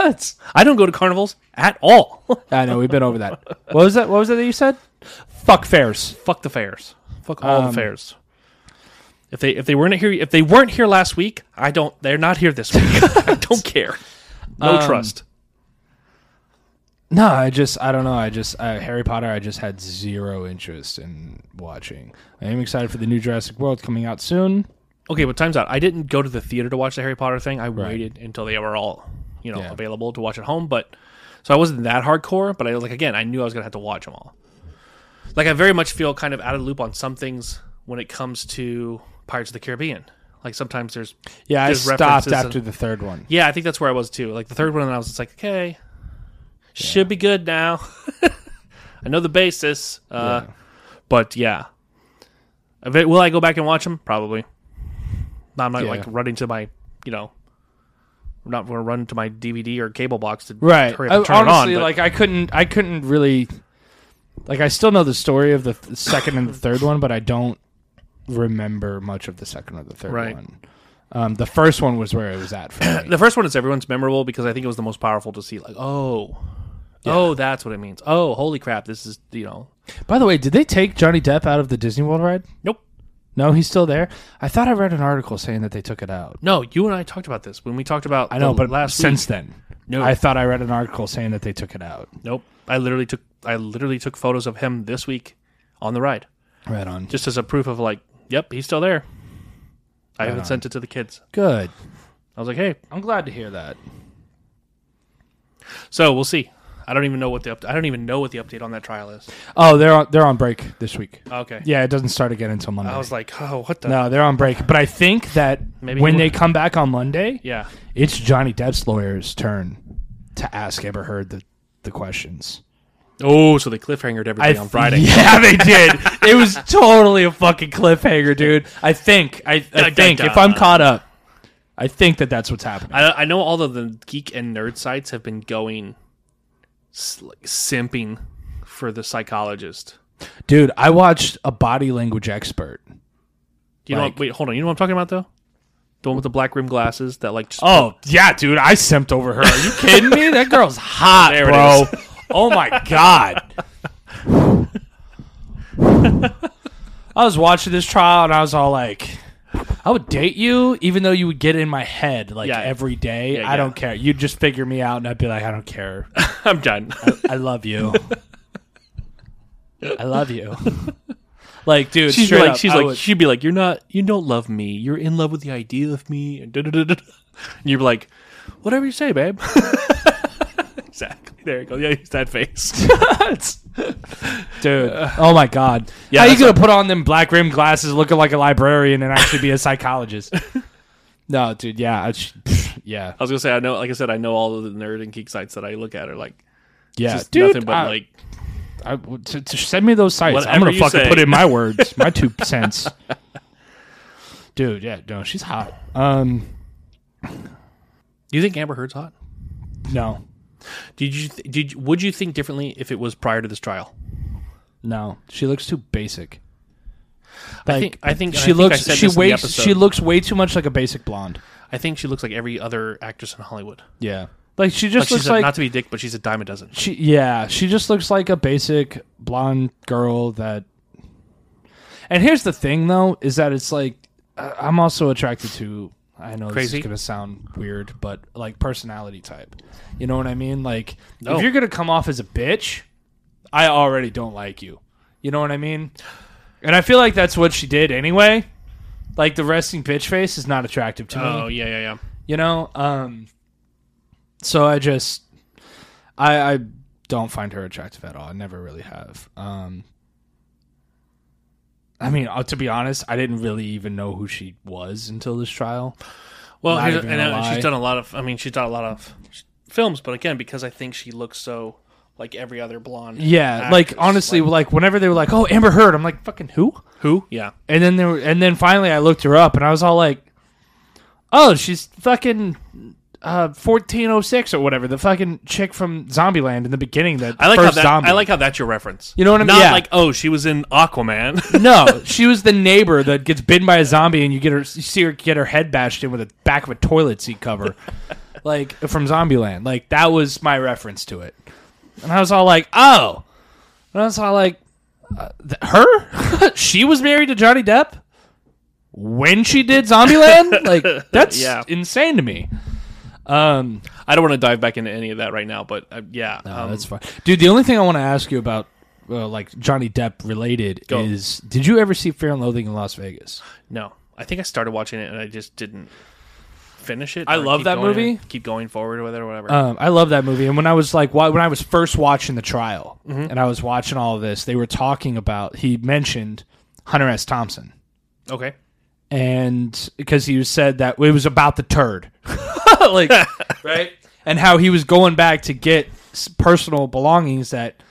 S1: It's- I don't go to carnivals at all.
S2: I know we've been over that. What was that? What was that that you said? Fuck fairs.
S1: fuck the fairs. Fuck all
S2: Um,
S1: the fairs. If they if they weren't here if they weren't here last week, I don't. They're not here this week. I don't care. No
S2: Um,
S1: trust.
S2: No, I just I don't know. I just uh, Harry Potter. I just had zero interest in watching. I am excited for the new Jurassic World coming out soon.
S1: okay, but time's out. I didn't go to the theater to watch the Harry Potter thing. I waited until they were all, you know,
S2: Yeah.
S1: available to watch at home. But so I wasn't that hardcore. But I was like, again, I knew I was gonna have to watch them all. Like I very much feel kind of out of the loop on some things when it comes to Pirates of the Caribbean. Like sometimes there's,
S2: Yeah, I
S1: There's
S2: stopped
S1: references
S2: after
S1: and-
S2: the third one.
S1: yeah, I think that's where I was too. Like the third one, and I was just like, okay, should be good now. I know the basis, uh, but yeah. If it- Will I go back and watch them? Probably. No, I'm not
S2: Yeah.
S1: like running to my, you know, I'm not going to run to my DVD or cable box to
S2: Right.
S1: hurry
S2: I-
S1: up and turn
S2: honestly,
S1: it on. but-
S2: like I couldn't, I couldn't really, like I still know the story of the th- second and the third one, but I don't remember much of the second or the third
S1: Right.
S2: one. Um, the first one was where it was at for me.
S1: the first one is everyone's memorable because I think it was the most powerful to see. Like, oh, oh, that's what it means. Oh, holy crap, this is you know,
S2: By the way, did they take Johnny Depp out of the Disney World ride?
S1: nope.
S2: No, he's still there. I thought I read an article saying that they took it out.
S1: No, you and I talked about this when we talked about.
S2: I know, but
S1: last
S2: since then,
S1: No.
S2: I thought I read an article saying that they took it out.
S1: week, nope. I literally took I literally took photos of him this week on the ride
S2: Right on.
S1: just as a proof of like, yep, he's still there. I haven't sent it to the kids.
S2: Good.
S1: I was like, hey,
S2: I'm glad to hear that.
S1: so we'll see. I don't even know what the up- I don't even know what the update on that trial is.
S2: Oh, they're on, they're on break this week.
S1: Okay,
S2: Yeah, it doesn't start again until Monday.
S1: I was like, oh, what the?
S2: No, they're on break. But I think that
S1: Maybe
S2: when
S1: he
S2: they
S1: would-
S2: come back on Monday,
S1: Yeah,
S2: it's Johnny Depp's lawyer's turn to ask Amber Heard the, the questions.
S1: Oh, so they cliffhangered everything on Friday.
S2: Yeah, they did. it was totally a fucking cliffhanger, dude. I think. I,
S1: da,
S2: I think.
S1: da.
S2: If I'm caught up, I think that that's what's happening.
S1: I, I know all of the geek and nerd sites have been going s- like, simping for the psychologist.
S2: Dude, I watched a body language expert.
S1: You know,
S2: Like-
S1: what, wait, hold on. You know what I'm talking about though? The one with the black rim glasses that like. Just,
S2: Oh, yeah, dude. I simped over her. Are you kidding me? That girl's hot,
S1: There it
S2: bro. Oh, my God. I was watching this trial and I was all like, I would date you even though you would get in my head like
S1: Yeah.
S2: every day.
S1: Yeah,
S2: I
S1: yeah.
S2: don't care. You'd just figure me out and I'd be like, I don't care.
S1: I'm done.
S2: I love you. I love you. Like, dude,
S1: she's
S2: straight
S1: like,
S2: up,
S1: she's
S2: I
S1: like,
S2: would-
S1: she'd be like, "You're not, you don't love me. You're in love with the idea of me." And, da, da, da, da. and you're like, "Whatever you say, babe." exactly. There you go. Yeah, use that face.
S2: dude. oh my god. Yeah, How you
S1: Uh, that's
S2: gonna put on them black rim glasses, looking like a librarian, and actually be a psychologist? no, dude. Yeah, I sh- pff, yeah,
S1: I was gonna say, I know, like I said, I know all of the nerd and geek sites that I look at are like
S2: yeah.
S1: just
S2: dude,
S1: nothing but
S2: I-
S1: like
S2: I- w- t- t- send me those sites. I'm
S1: Whatever
S2: gonna
S1: you
S2: fucking
S1: say.
S2: put in my words, my two cents. Dude, yeah, no, she's hot. Um,
S1: Do you think Amber Heard's hot?
S2: no,
S1: Did you th- did you- would you think differently if it was prior to this trial?
S2: no, she looks too basic.
S1: I
S2: Like,
S1: think I think and I
S2: She
S1: think I
S2: looks.
S1: said
S2: she
S1: this in the
S2: weighs. She
S1: episode.
S2: looks way too much like a basic blonde.
S1: I think she looks like every other actress in Hollywood.
S2: Yeah, like she
S1: Like
S2: just
S1: she's
S2: looks
S1: a,
S2: like
S1: not to be a dick, but she's a dime a dozen.
S2: She yeah, she just looks like a basic blonde girl that And here's the thing though is that it's like I- I'm also attracted to I know this
S1: Crazy?
S2: is going to sound weird, but like personality type. You know what I mean? Like
S1: No.
S2: if you're going to come off as a bitch, I already don't like you. You know what I mean? And I feel like that's what she did anyway. Like the resting bitch face is not attractive to me
S1: Oh yeah, yeah, yeah.
S2: you know um so i just i i don't find her attractive at all i never really have um i mean uh, to be honest i didn't really even know who she was until this trial
S1: Well,
S2: Not
S1: here's,
S2: even
S1: and
S2: a
S1: uh,
S2: lie.
S1: she's done a lot of. I mean, she's done a lot of sh- films, but again, because I think she looks so like every other blonde.
S2: yeah like
S1: actress,
S2: honestly like, whenever they were like oh amber heard i'm like fucking who
S1: who? Yeah,
S2: and then there were, and then finally i looked her up and i was all like oh she's fucking uh, 1406 or whatever the fucking chick from zombieland in the beginning that
S1: I like
S2: first
S1: how that.
S2: zombie
S1: I like how that's your reference.
S2: You know what I mean?
S1: Not
S2: Yeah.
S1: like oh, she was in Aquaman.
S2: No, she was the neighbor that gets bitten by a zombie, and you get her, you see her get her head bashed in with the back of a toilet seat cover, like from Zombieland. Like that was my reference to it, and I was all like, "Oh," and I was all like, uh, th- "Her? she was married to Johnny Depp when she did Zombieland? like that's
S1: Yeah.
S2: insane to me." Um,
S1: I don't want to dive back into any of that right now, but uh, yeah, um,
S2: Oh, that's fine, dude. The only thing I want to ask you about. Uh, like Johnny Depp related
S1: Go.
S2: is did you ever see Fear and Loathing in Las Vegas?
S1: no, I think I started watching it and I just didn't finish it.
S2: I
S1: or
S2: love
S1: keep
S2: that
S1: going-
S2: movie.
S1: Keep going forward with it or whatever.
S2: Um, I love that movie. And when I was like, why, when I was first watching the trial and I was watching all of this, they were talking about, he mentioned Hunter S. Thompson.
S1: okay.
S2: And because he said that it was about the turd, like, right? And how he was going back to get s- personal belongings that,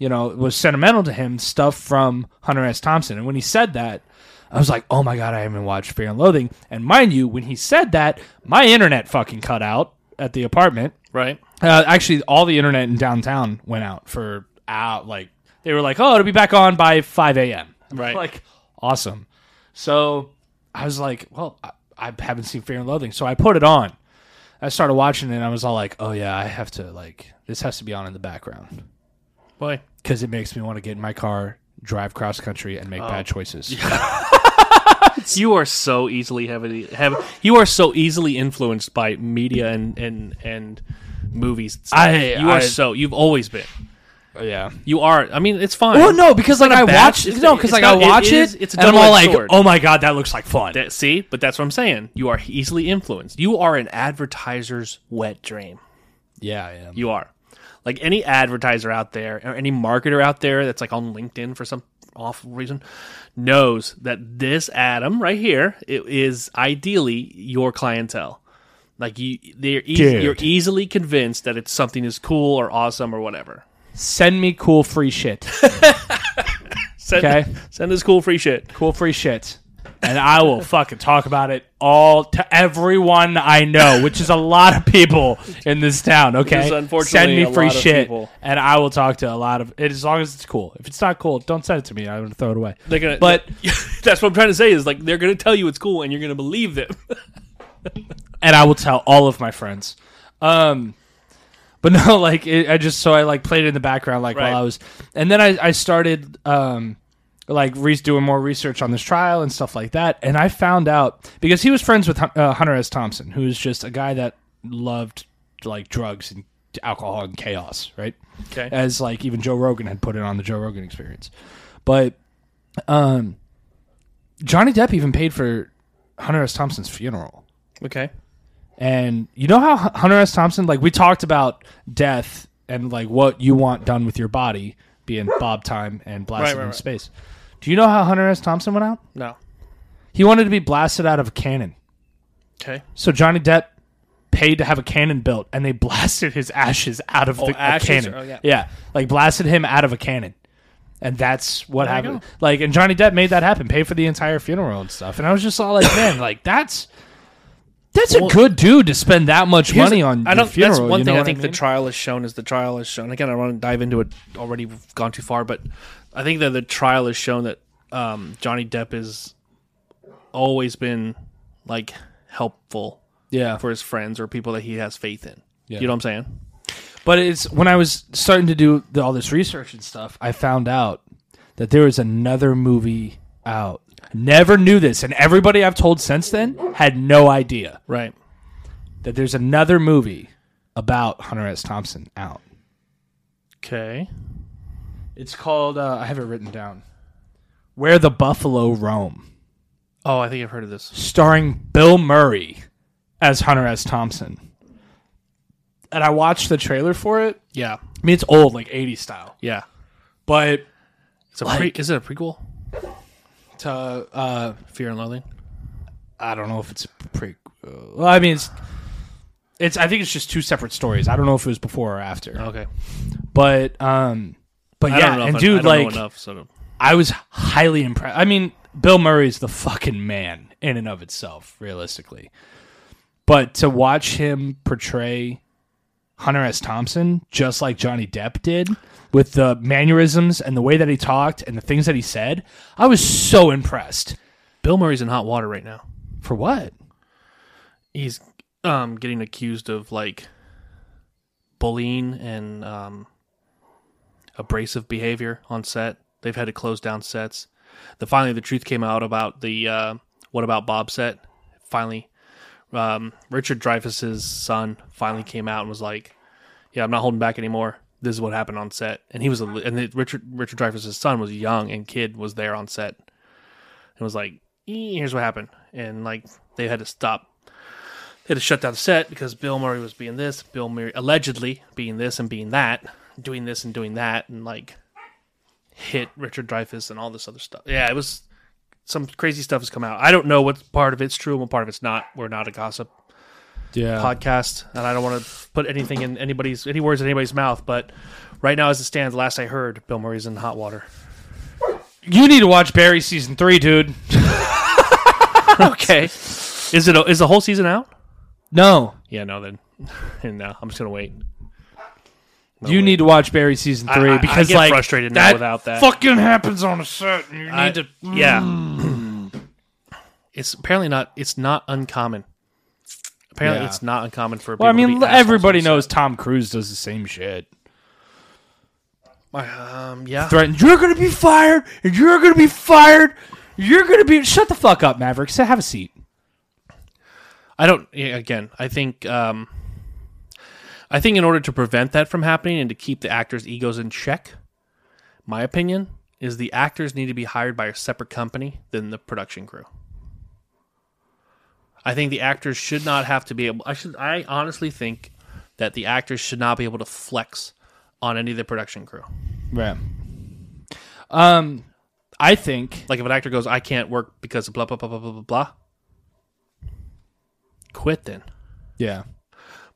S2: you know, was sentimental to him, stuff from Hunter S. Thompson. And when he said that, I was like, oh my God, I haven't watched Fear and Loathing. And mind you, when he said that, my internet fucking cut out at the apartment.
S1: Right.
S2: Uh, actually, all the internet in downtown went out for out. Like they were like, "Oh, it'll be back on by five a.m."
S1: Right.
S2: Like awesome. So I was like, "Well, I, I haven't seen Fear and Loathing," so I put it on. I started watching it, and I was all like, "Oh yeah, I have to like this has to be on in the background
S1: Boy.
S2: because it makes me want to get in my car, drive cross country, and make
S1: Oh.
S2: bad choices."
S1: You are so easily heavily have you are so easily influenced by media and and and movies. and stuff.
S2: I-
S1: you are
S2: I-
S1: so you've always been.
S2: yeah.
S1: You are. I mean, it's fine.
S2: Well, Oh, no, because like I
S1: a bad-
S2: watch
S1: it's-
S2: no, because
S1: it's
S2: like
S1: not-
S2: I
S1: it
S2: watch it,
S1: is- it's a
S2: and I'm all
S1: double-edged
S2: like,
S1: sword.
S2: "Oh my god, that looks like fun."
S1: That, see, but that's what I'm saying. You are easily influenced. You are an advertiser's wet dream.
S2: yeah, I am.
S1: You are. Like any advertiser out there or any marketer out there that's like on LinkedIn for some awful reason knows that this Adam right here it is ideally your clientele. Like you, they're eas
S2: Dude.
S1: you're easily convinced that it's something is cool or awesome or whatever.
S2: Send me cool free shit.
S1: Send,
S2: Okay.
S1: send us cool free shit.
S2: cool free shit. And I will fucking talk about it all to everyone I know, which is a lot of people in this town. Okay,
S1: is unfortunately
S2: send me
S1: a
S2: free
S1: lot of
S2: shit,
S1: people.
S2: and I will talk to a lot of it as long as it's cool. If it's not cool, don't send it to me. I'm gonna throw it away.
S1: They're gonna,
S2: But-
S1: that's what I'm trying to say is like they're gonna tell you it's cool and you're gonna believe them.
S2: and I will tell all of my friends. Um, but no, like it, I just so I like played it in the background, like
S1: Right.
S2: while I was, and then I I started um, like re- doing more research on this trial and stuff like that, and I found out because he was friends with Hun- uh, Hunter S. Thompson, who is just a guy that loved like drugs and alcohol and chaos, right?
S1: Okay.
S2: As like even Joe Rogan had put it on the Joe Rogan Experience, but um, Johnny Depp even paid for Hunter S. Thompson's funeral.
S1: Okay.
S2: And you know how H- Hunter S. Thompson, like we talked about death and like what you want done with your body, being Bob Time and
S1: Right,
S2: blasted
S1: right,
S2: in
S1: right.
S2: space. Do you know how Hunter S. Thompson went out?
S1: No.
S2: He wanted to be blasted out of a cannon.
S1: Okay.
S2: So Johnny Depp paid to have a cannon built, and they blasted his ashes out of the a
S1: ashes,
S2: cannon.
S1: oh, yeah.
S2: like blasted him out of a cannon. And that's what
S1: There you
S2: happened.
S1: go.
S2: Like, and Johnny Depp made that happen, paid for the entire funeral and stuff. And I was just all like, man, like that's that's a good dude to spend that much
S1: Here's-
S2: money on.
S1: I
S2: your
S1: don't.
S2: funeral,
S1: that's one
S2: you
S1: thing
S2: know
S1: I
S2: what
S1: think
S2: mean?
S1: the trial is shown is the trial is shown. Again, I want to dive into it. Already we've gone too far, but I think that the trial has shown that um, Johnny Depp has always been like helpful
S2: yeah.
S1: for his friends or people that he has faith in.
S2: Yeah.
S1: You know what I'm saying?
S2: But it's when I was starting to do the, all this research and stuff, I found out that there was another movie out. Never knew this, and everybody I've told since then had no idea
S1: Right.
S2: that there's another movie about Hunter S. Thompson out.
S1: Okay.
S2: It's called uh, I have it written down. Where the Buffalo Roam,
S1: Oh, I think I've heard of this.
S2: starring Bill Murray as Hunter S. Thompson. And I watched the trailer for it.
S1: Yeah.
S2: I mean, it's old, like 80s style,
S1: Yeah.
S2: but
S1: It's a pre- is it a prequel?
S2: to uh,
S1: Fear and Loathing.
S2: I don't know if it's a pre. uh, Well, I mean, it's, it's. I think it's just two separate stories. I don't know if it was before or after,
S1: Okay.
S2: but um, but
S1: Oh. I
S2: yeah,
S1: don't know
S2: and
S1: if I-
S2: dude,
S1: I, don't know
S2: like
S1: enough. So
S2: I was highly impressed. I mean, Bill Murray's the fucking man in and of itself, realistically. But to watch him portray Hunter S. Thompson just like Johnny Depp did, with the mannerisms and the way that he talked and the things that he said, I was so impressed.
S1: Bill Murray's in hot water right now.
S2: For what?
S1: he's um getting accused of like bullying and um abrasive behavior on set. They've had to close down sets. The finally the truth came out about the uh, what about Bob set. Finally, um, Richard Dreyfuss's son finally came out and was like, "Yeah, I'm not holding back anymore. This is what happened on set." And he was a, li- and the, Richard Richard Dreyfuss's son was young and kid was there on set and was like, "Eh, "Here's what happened." and like they had to stop. They had to shut down the set because Bill Murray was being this, Bill Murray allegedly being this and being that, doing this and doing that, and like hit Richard Dreyfuss and all this other stuff. Yeah, it was some crazy stuff has come out. I don't know what part of it's true and what part of it's not. We're not a gossip
S2: Yeah.
S1: podcast, and I don't want to put anything in anybody's any words in anybody's mouth. But right now, as it stands, last I heard, Bill Murray's in hot water.
S2: you need to watch Barry season three, dude.
S1: okay, is it is the whole season out?
S2: No.
S1: Yeah, no, then and no, I'm just gonna wait.
S2: you need to watch Barry season
S1: I-
S2: three
S1: I- I
S2: because
S1: get
S2: like
S1: frustrated now
S2: that
S1: without that.
S2: fucking happens on a set. And you
S1: I-
S2: need to mm.
S1: yeah. it's apparently not. It's not uncommon. Apparently,
S2: Yeah.
S1: it's not uncommon for.
S2: Well, I
S1: people to
S2: mean,
S1: be
S2: l- everybody
S1: assholes.
S2: knows Tom Cruise does the same shit.
S1: Um, yeah,
S2: Threatened, you're gonna be fired, and you're gonna be fired, you're gonna be. Shut the fuck up, Maverick. Sit, have a seat.
S1: I don't. yeah, Again, I think. Um, I think in order to prevent that from happening and to keep the actors' egos in check, my opinion is the actors need to be hired by a separate company than the production crew. I think the actors should not have to be able. I should. I honestly think that the actors should not be able to flex on any of the production crew.
S2: Right. Um, I think
S1: Like if an actor goes, "I can't work because of blah blah blah blah blah blah blah," quit then.
S2: yeah.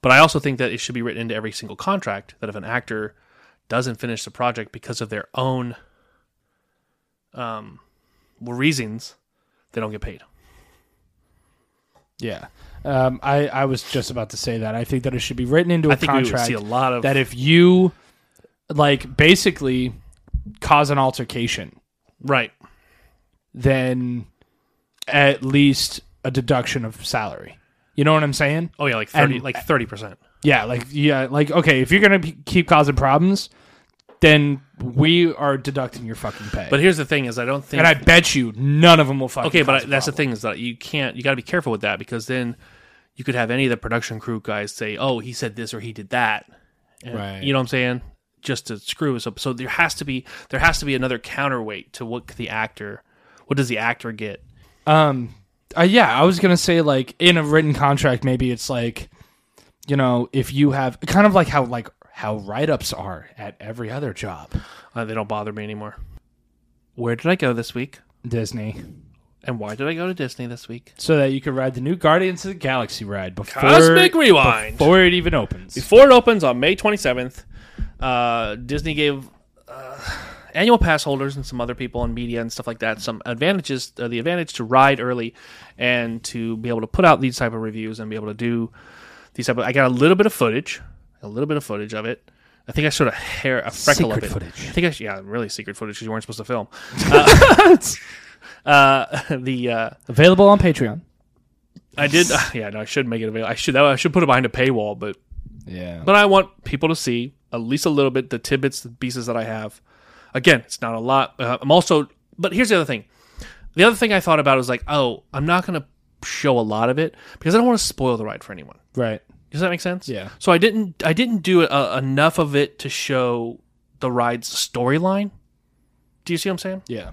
S1: But I also think that it should be written into every single contract that if an actor doesn't finish the project because of their own um, reasons, they don't get paid.
S2: Yeah. Um, I, I was just about to say that. I think that it should be written into a
S1: I think we would
S2: contract
S1: see a lot of
S2: that if you, like, basically cause an altercation,
S1: right.
S2: then at least a deduction of salary. You know what I'm saying?
S1: Oh yeah, like thirty,
S2: And-
S1: like thirty percent.
S2: Yeah, like yeah, like okay, if you're gonna be, keep causing problems, then we are deducting your fucking pay.
S1: But here's the thing: is I don't think
S2: and I bet you none of them will fucking.
S1: okay, but I,
S2: cause a
S1: that's the
S2: problem.
S1: thing is that you can't. You got to be careful with that because then you could have any of the production crew guys say, "Oh, he said this or he did that," And-
S2: Right.
S1: You know what I'm saying? Just to screw us up. So there has to be there has to be another counterweight to what the actor, what does the actor get?
S2: Um, uh, yeah, I was gonna say like in a written contract, maybe it's like, you know, if you have kind of like how like how write ups are at every other job,
S1: Uh, they don't bother me anymore. Where did I go this week?
S2: Disney,
S1: And why did I go to Disney this week?
S2: so that you could ride the new Guardians of the Galaxy ride before
S1: Cosmic Rewind.
S2: before it even opens.
S1: Before it opens on May 27th, uh, Disney gave uh, annual pass holders and some other people and media and stuff like that some advantages, uh, the advantage to ride early and to be able to put out these type of reviews and be able to do these type of. I got a little bit of footage, a little bit of footage of it. I think I showed a hair, a freckle of
S2: Secret
S1: it.
S2: footage.
S1: I think I, sh- yeah, really secret footage because you weren't supposed to film. Uh, uh, the uh,
S2: Available on Patreon.
S1: I did. uh, yeah, no, I should make it available. I should. I should put it behind a paywall, but
S2: Yeah,
S1: but I want people to see at least a little bit the tidbits, the pieces that I have. Again, it's not a lot. Uh, I'm also, but here's the other thing. The other thing I thought about was like, oh, I'm not going to show a lot of it because I don't want to spoil the ride for anyone.
S2: right.
S1: Does that make sense?
S2: Yeah.
S1: So I didn't, I didn't do uh enough of it to show the ride's storyline. Do you see what I'm saying?
S2: Yeah.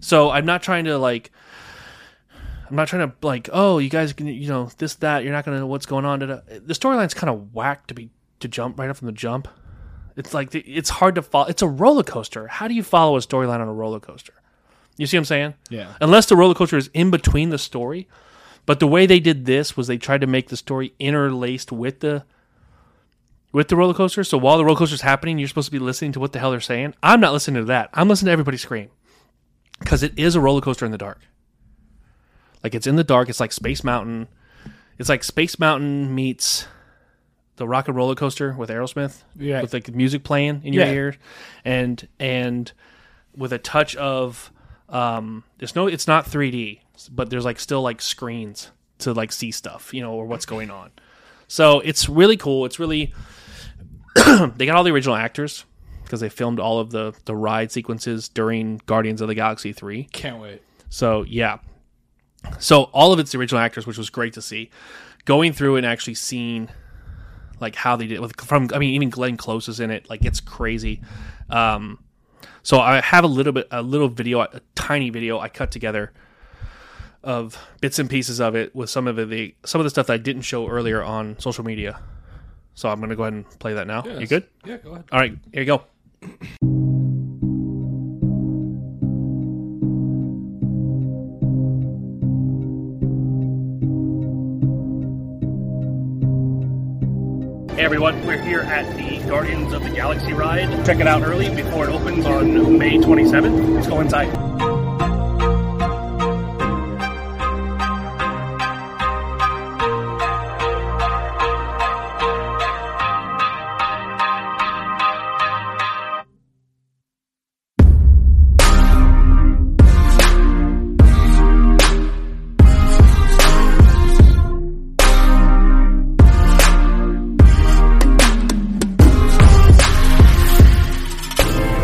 S1: So I'm not trying to like. I'm not trying to like, oh, you guys can, you know, this, that. You're not gonna know what's going on. da-da. The storyline's kind of whack to be to jump right up from the jump. It's like it's hard to follow. It's a roller coaster. How do you follow a storyline on a roller coaster? You see what I'm saying?
S2: Yeah.
S1: Unless the roller coaster is in between the story, but the way they did this was they tried to make the story interlaced with the with the roller coaster. So while the roller coaster's happening, you're supposed to be listening to what the hell they're saying. I'm not listening to that. I'm listening to everybody scream because it is a roller coaster in the dark. Like it's in the dark. It's like Space Mountain. It's like Space Mountain meets the Rock and Roller Coaster with Aerosmith,
S2: Yeah.
S1: with like music playing in your
S2: Yeah.
S1: ear, and and with a touch of um, there's no, it's not 3D, but there's like still like screens to like see stuff, you know, or what's going on. So it's really cool. It's really they got all the original actors because they filmed all of the the ride sequences during Guardians of the Galaxy 3.
S2: Can't wait.
S1: So yeah, so all of it's the original actors, which was great to see. Going through and actually seeing like how they did it with from I mean even Glenn Close is in it. Like it's crazy. Um, so I have a little bit a little video, a tiny video I cut together of bits and pieces of it with some of it, the some of the stuff that I didn't show earlier on social media. So I'm gonna go ahead and play that now. You good?
S2: Yeah, go ahead.
S1: All right, here you go.
S3: Hey everyone, we're here at the Guardians of the Galaxy ride. Check it out early before it opens on May 27th. Let's go inside.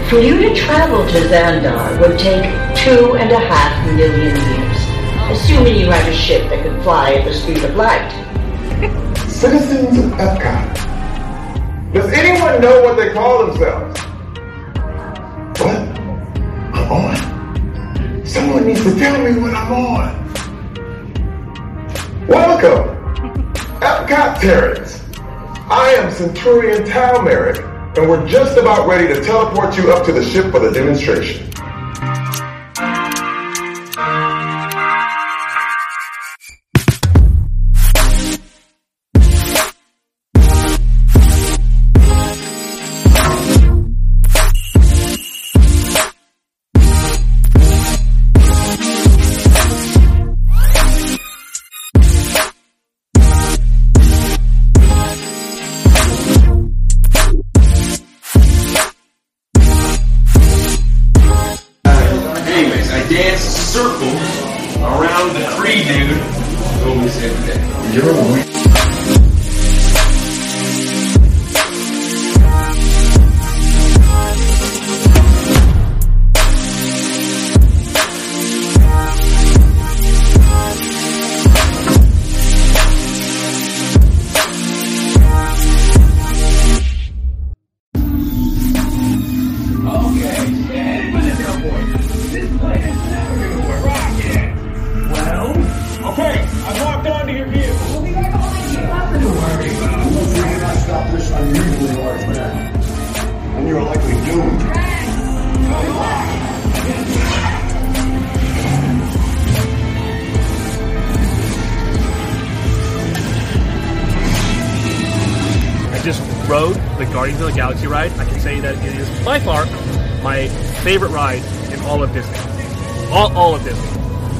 S4: For you to travel to Xandar would take two and a half million years, assuming you had a ship that could fly at the speed of light.
S5: Citizens of Epcot. Does anyone know what they call themselves? What? I'm on. Someone needs to tell me what I'm on. Welcome, Epcot Terrans. I am Centurion Talmeric, and we're just about ready to teleport you up to the ship for the demonstration.
S6: Anyways, I danced circles around the tree, dude. Always every day.
S5: You're weak.
S3: Okay, I've walked onto your vehicle.
S5: stop this unusually large man. And you're likely doomed.
S3: I just rode the Guardians of the Galaxy ride. I can say that it is by far my favorite ride in all of Disney. All, all of Disney.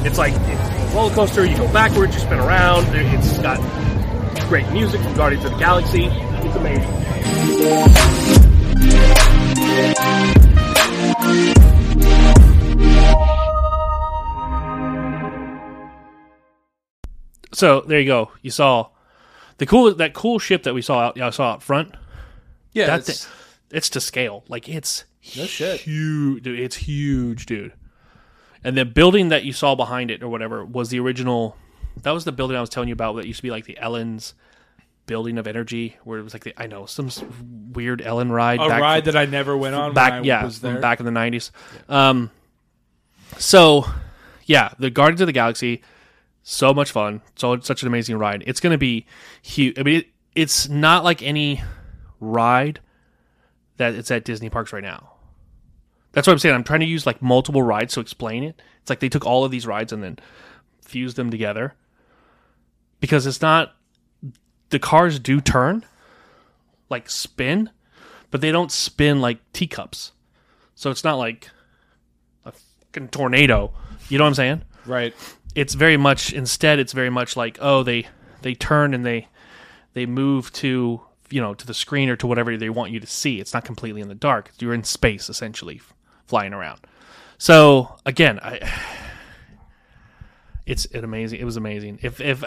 S3: It's like it's a roller coaster. You go backwards, you spin around. It's got great music from Guardians of the Galaxy. It's amazing.
S1: So there you go. You saw the cool that cool ship that we saw out. I saw out front.
S2: Yeah,
S1: That
S2: it's-
S1: thing, it's to scale. Like it's
S2: No shit.
S1: huge, dude. It's huge, dude. And the building that you saw behind it or whatever was the original. That was the building I was telling you about that used to be like the Ellen's building of energy, where it was like the I know some s- weird Ellen ride,
S2: a
S1: back
S2: ride that I never went on.
S1: back
S2: when I
S1: yeah
S2: was
S1: from
S2: there.
S1: back in the 90s um so yeah the guardians of the galaxy so much fun so such an amazing ride it's gonna be huge i mean it, it's not like any ride that it's at disney parks right now that's what i'm saying i'm trying to use like multiple rides to explain it it's like they took all of these rides and then fused them together because it's not the cars do turn like spin but they don't spin like teacups. So it's not like a fucking tornado. You know what I'm saying?
S2: Right.
S1: It's very much instead it's very much like oh they they turn and they they move to you know to the screen or to whatever they want you to see. It's not completely in the dark. You're in space essentially f- flying around. So again, I it's an amazing it was amazing. If if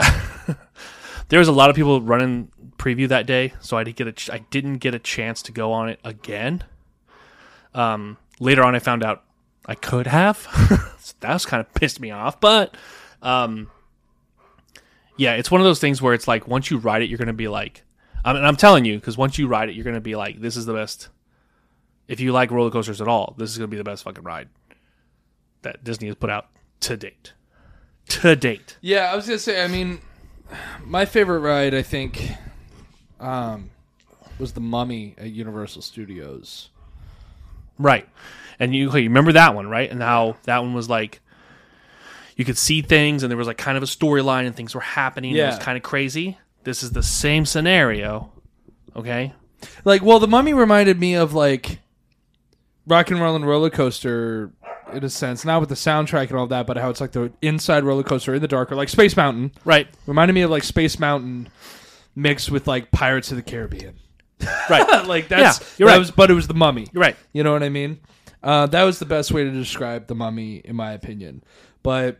S1: there was a lot of people running preview that day, so I didn't get a ch- I didn't get a chance to go on it again. Um, later on, I found out I could have. that was kind of pissed me off, but um, yeah, it's one of those things where it's like once you ride it, you're gonna be like, I mean, I'm telling you, because once you ride it, you're gonna be like, this is the best. If you like roller coasters at all, this is gonna be the best fucking ride that Disney has put out to date. to date.
S2: Yeah, I was gonna say. I mean, my favorite ride, I think, um, was the Mummy at Universal Studios.
S1: Right. And you, you remember that one, right? And how that one was like you could see things and there was like kind of a storyline and things were happening. It was
S2: Yeah.
S1: kind of crazy. This is the same scenario. Okay.
S2: Like, well, the Mummy reminded me of like Rock and Roll and Roller Coaster in a sense, not with the soundtrack and all that, but how it's like the inside roller coaster in the dark, or like Space Mountain.
S1: Right.
S2: Reminded me of like Space Mountain mixed with like Pirates of the Caribbean.
S1: Right.
S2: Like that's
S1: Yeah, you're
S2: that
S1: right.
S2: was- but it was the Mummy.
S1: You're right.
S2: You know what I mean? Uh, that was the best way to describe the Mummy, in my opinion. But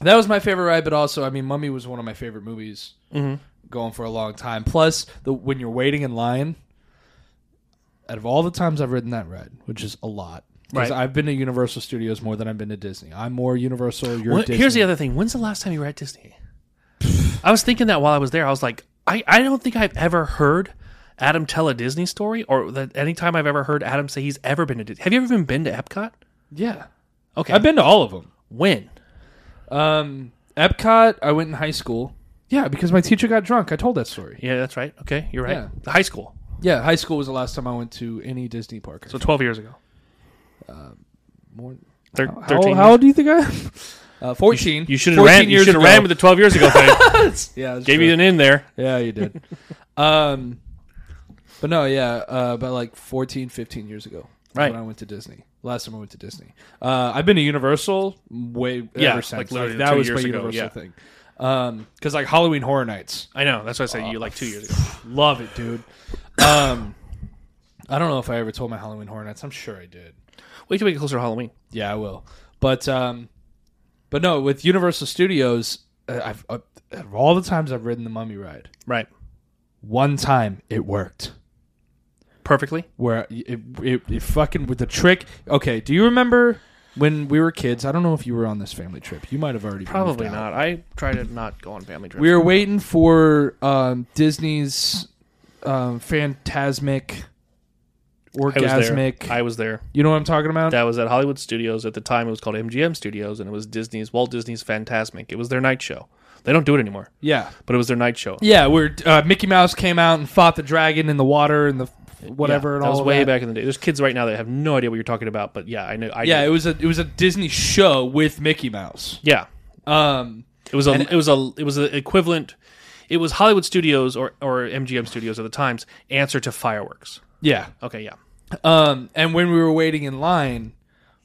S2: that was my favorite ride. But also, I mean, Mummy was one of my favorite movies, going for a long time. Plus, the when you're waiting in line. Out of all the times I've ridden that ride, which is a lot, 'cause
S1: Right.
S2: I've been to Universal Studios more than I've been to Disney. I'm more Universal. You're
S1: When-
S2: Disney.
S1: here's the other thing. When's the last time you were at Disney? I was thinking that while I was there. I was like, I, I don't think I've ever heard Adam tell a Disney story or that any time I've ever heard Adam say he's ever been to Disney. Have you ever even been to Epcot?
S2: Yeah,
S1: Okay.
S2: I've been to all of them.
S1: When?
S2: Um, Epcot, I went in high school. Yeah, because my teacher got drunk. I told that story.
S1: Yeah, that's right. Okay. You're right.
S2: Yeah.
S1: High school.
S2: Yeah, high school was the last time I went to any Disney park.
S1: So 12 years ago.
S2: Uh, More-
S1: Thir-
S2: how,
S1: 13
S2: how old do you think I am? Uh, 14.
S1: You should have ran. You should have ran with the twelve years ago thing.
S2: Yeah, that's
S1: Gave
S2: true.
S1: you an in there.
S2: yeah, you did. um, but no, yeah, uh, about like 14, 15 years ago. is
S1: Right.
S2: When I went to Disney. Last time I went to Disney. Uh, I've been to Universal way
S1: Yeah,
S2: ever
S1: like
S2: since.
S1: literally
S2: that
S1: two
S2: was
S1: years
S2: my
S1: ago,
S2: Universal
S1: yeah.
S2: thing. Because like Halloween Horror Nights.
S1: I know. That's why I said you like two years ago.
S2: Love it, dude. Um, I don't know if I ever told my Halloween Horror Nights. I'm sure I did.
S1: Wait till we get closer to Halloween.
S2: Yeah, I will. But um, but no, with Universal Studios, uh, I've uh, of all the times I've ridden the Mummy ride,
S1: Right.
S2: one time it worked.
S1: Perfectly.
S2: Where it it, it fucking with the trick. Okay, do you remember when we were kids? I don't know if you were on this family trip. You might have already
S1: Probably
S2: moved
S1: not.
S2: out.
S1: I try to not go on family trips.
S2: We were waiting for um, Disney's um, Fantasmic,
S1: I was there.
S2: orgasmic.
S1: I was there.
S2: you know what I'm talking about?
S1: That was at Hollywood Studios. At the time, it was called MGM Studios, and it was Disney's Walt Disney's Fantasmic. It was their night show. They don't do it anymore,
S2: yeah.
S1: but it was their night show.
S2: Yeah, where uh, Mickey Mouse came out and fought the dragon in the water and the f- whatever
S1: Yeah,
S2: and
S1: that
S2: all
S1: was way
S2: that.
S1: back in the day. There's kids right now that have no idea what you're talking about, but yeah, I know. I
S2: Yeah,
S1: knew.
S2: it was a it was a Disney show with Mickey Mouse.
S1: yeah.
S2: Um,
S1: It was a it, was a it was an equivalent. It was Hollywood Studios or or MGM Studios at the times answer to fireworks.
S2: yeah.
S1: Okay, yeah,
S2: Um, and when we were waiting in line,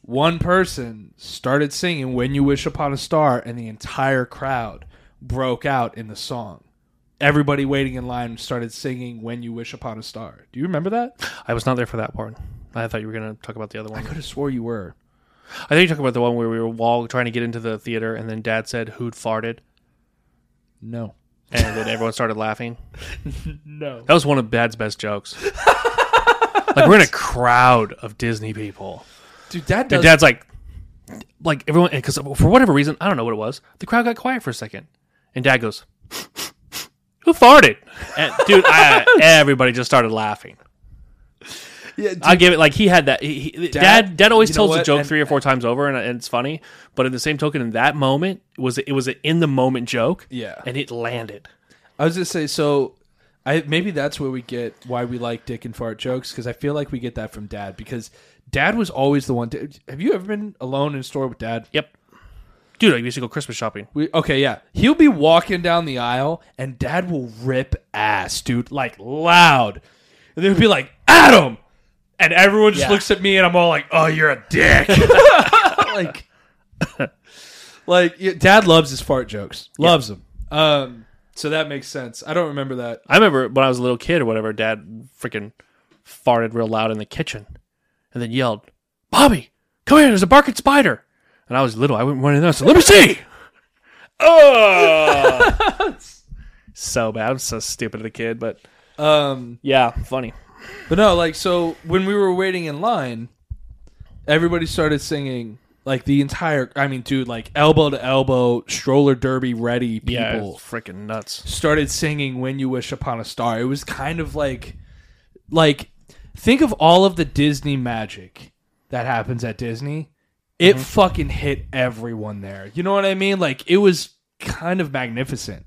S2: one person started singing "When You Wish Upon a Star," and the entire crowd broke out in the song. Everybody waiting in line started singing "When You Wish Upon a Star." Do you remember that?
S1: I was not there for that part. I thought you were going to talk about the other one.
S2: Could have swore you were.
S1: I think you talked about the one where we were all trying to get into the theater, and then Dad said, "Who'd farted?"
S2: No.
S1: And then everyone started laughing.
S2: No.
S1: That was one of Dad's best jokes. like we're in a crowd of Disney people,
S2: Dude, Dad
S1: and
S2: does.
S1: Dad's like, like everyone, because for whatever reason, I don't know what it was, the crowd got quiet for a second, and Dad goes, "Who farted?" And dude, I, everybody just started laughing.
S2: Yeah, dude,
S1: I give it like he had that. He, he- dad, dad, always
S2: you know
S1: tells the
S2: what?
S1: joke
S2: And-
S1: three or four times over, and, and it's funny. But in the same token, in that moment, it was it was an in the moment joke?
S2: Yeah.
S1: and it landed.
S2: I was gonna say so. I maybe that's where we get why we like dick and fart jokes because I feel like we get that from dad because dad was always the one. To, have you ever been alone in a store with dad?
S1: Yep, dude, I used to go Christmas shopping.
S2: We, okay, yeah, he'll be walking down the aisle and dad will rip ass, dude, like loud. And they'll be like Adam, and everyone just
S1: Yeah.
S2: looks at me and I'm all like, "Oh, you're a dick." like, like yeah, dad loves his fart jokes, loves them. Um, so that makes sense. I don't remember that.
S1: I remember when I was a little kid or whatever, Dad freaking farted real loud in the kitchen, and then yelled, "Bobby, come here! There's a barking spider!" And I was little. I went running in there. I said, "Let me see." oh, so bad. I'm so stupid of a kid, but
S2: Um.
S1: yeah, funny.
S2: But no, like so when we were waiting in line, everybody started singing like the entire I mean, dude, like elbow to elbow, stroller derby ready people
S1: Yeah, freaking nuts.
S2: started singing When You Wish Upon a Star. It was kind of like like think of all of the Disney magic that happens at Disney it fucking hit everyone there. You know what I mean? Like it was kind of magnificent.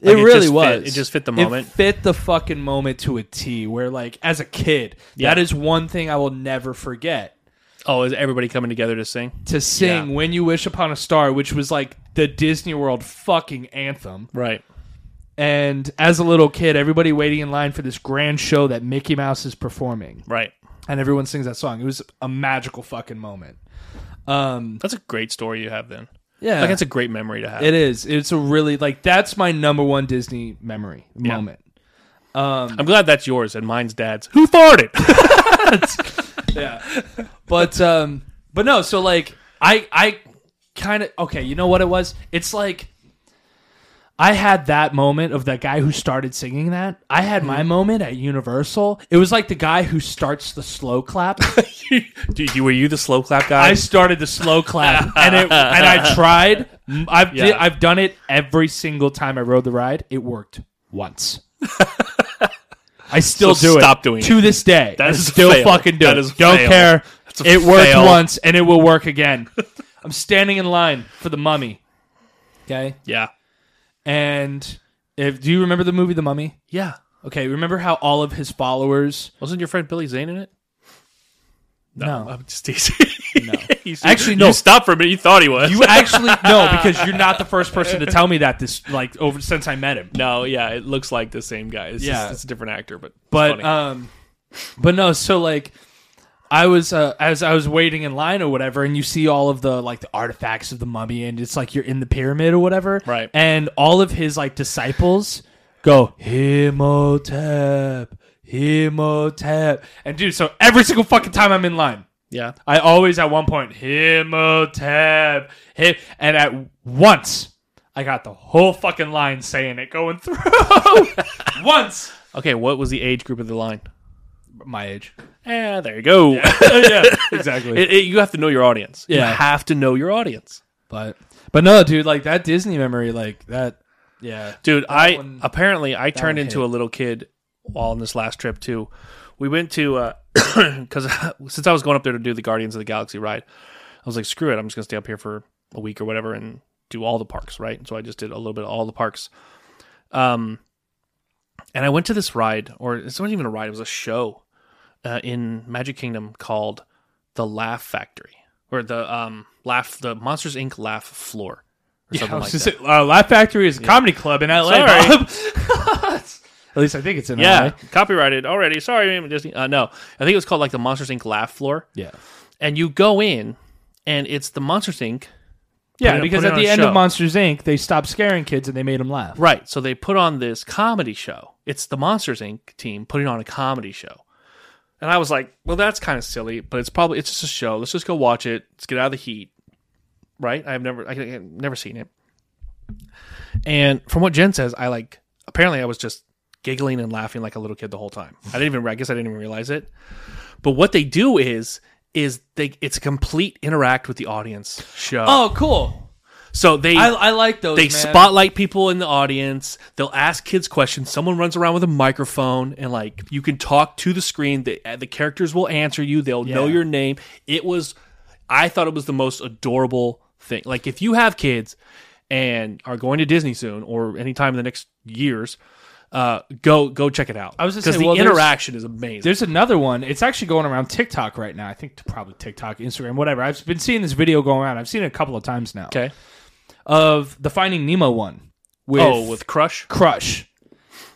S1: Like,
S2: it,
S1: it
S2: really
S1: just fit-
S2: was.
S1: it just fit the moment.
S2: It fit the fucking moment to a T. Where like as a kid,
S1: Yeah.
S2: that is one thing I will never forget.
S1: Oh, is everybody coming together to sing?
S2: To sing
S1: Yeah.
S2: "When You Wish Upon a Star," which was like the Disney World fucking anthem.
S1: Right.
S2: And as a little kid, everybody waiting in line for this grand show that Mickey Mouse is performing,
S1: Right.
S2: and everyone sings that song. It was a magical fucking moment. Um,
S1: That's a great story you have then.
S2: yeah,
S1: Like that's a great memory to have.
S2: It is. It's a really like that's my number one Disney memory moment.
S1: I'm glad that's yours and mine's dad's. Who farted?
S2: But um but no, so like I I kind of okay, you know what it was? It's like I had that moment of that guy who started singing that. I had my moment at Universal. It was like the guy who starts the slow clap.
S1: Dude, you, were you the slow clap guy?
S2: I started the slow clap and it and I tried. I've di-
S1: Yeah.
S2: I've done it every single time I rode the ride. It worked once. I still
S1: So
S2: do it.
S1: stop doing it.
S2: to this day. I
S1: is a
S2: still
S1: fail.
S2: fucking do
S1: That
S2: it.
S1: is a
S2: Don't
S1: fail.
S2: care.
S1: That's a
S2: It worked
S1: fail.
S2: once and it will work again. I'm standing in line for the mummy. Okay.
S1: yeah.
S2: And if do you remember the movie The Mummy?
S1: Yeah.
S2: Okay, remember how all of his followers
S1: Wasn't your friend Billy Zane in it?
S2: No.
S1: I'm just teasing. You see-
S2: Actually, no.
S1: You stopped for a minute. You thought he was.
S2: You actually no, because you're not the first person to tell me that this like over since I met him.
S1: no, yeah, it looks like the same guy. It's,
S2: Yeah.
S1: just, it's a different actor, but uh, it's
S2: But
S1: funny.
S2: um, but no, so like. I was uh, as I was waiting in line or whatever, and you see all of the like the artifacts of the mummy, and it's like you're in the pyramid or whatever,
S1: Right.
S2: And all of his like disciples go Himotep, Himotep, and dude, so every single fucking time I'm in line,
S1: yeah,
S2: I always at one point Himotep him, and at once I got the whole fucking line saying it going through once
S1: okay. What was the age group of the line?
S2: my age.
S1: Yeah, Eh, there you go.
S2: yeah, exactly.
S1: It- it- you have to know your audience.
S2: Yeah.
S1: You have to know your audience.
S2: but but no, dude, like that Disney memory, like that. Yeah,
S1: Dude, I
S2: one-
S1: apparently I turned
S2: one
S1: into
S2: hit.
S1: a little kid while on this last trip too. We went to because since I was going up there to do the Guardians of the Galaxy ride, I was like, screw it, I'm just gonna stay up here for a week or whatever and do all the parks, right? So I just did a little bit of all the parks. Um, and I went to this ride, or it's not even a ride; it was a show uh, in Magic Kingdom called the Laugh Factory or the um Laugh the Monsters Inc. Laugh Floor. Or
S2: yeah. I
S1: something
S2: was
S1: like
S2: just
S1: that.
S2: say, uh, Laugh Factory is a comedy club in L.A.
S1: Sorry.
S2: Bob. At least I think it's in
S1: Yeah,
S2: L.A.
S1: copyrighted already. Sorry, Disney. Uh, no, I think it was called like the Monsters Inc. Laugh Floor.
S2: Yeah,
S1: And you go in, and it's the Monsters Inc.
S2: yeah.
S1: Put it-
S2: because
S1: put it
S2: at
S1: on
S2: the
S1: a
S2: end
S1: show.
S2: of Monsters Inc., they stopped scaring kids and they made them laugh.
S1: Right. So they put on this comedy show. It's the Monsters Inc. team putting on a comedy show. And I was like, well, that's kind of silly, but it's probably it's just a show. Let's just go watch it. Let's get out of the heat. Right? I've never I, I've never seen it. And from what Jen says, I like apparently I was just giggling and laughing like a little kid the whole time. I didn't even I guess I didn't even realize it. But what they do is is they it's a complete interact with the audience show.
S2: Oh, cool.
S1: so they
S2: I, I like those.
S1: they
S2: man.
S1: spotlight people in the audience. They'll ask kids questions. Someone runs around with a microphone, and like you can talk to the screen. The uh, the characters will answer you. They'll know
S2: Yeah.
S1: your name. It was, I thought it was the most adorable thing. Like if you have kids and are going to Disney soon or anytime in the next years, uh, go go check it out. I
S2: was gonna say,
S1: the
S2: well, there's-
S1: interaction is amazing.
S2: There's another one. It's actually going around TikTok right now. I think t- probably TikTok, Instagram, whatever. I've been seeing this video going around. I've seen it a couple of times now.
S1: okay.
S2: Of the Finding Nemo one with,
S1: oh, with Crush.
S2: Crush.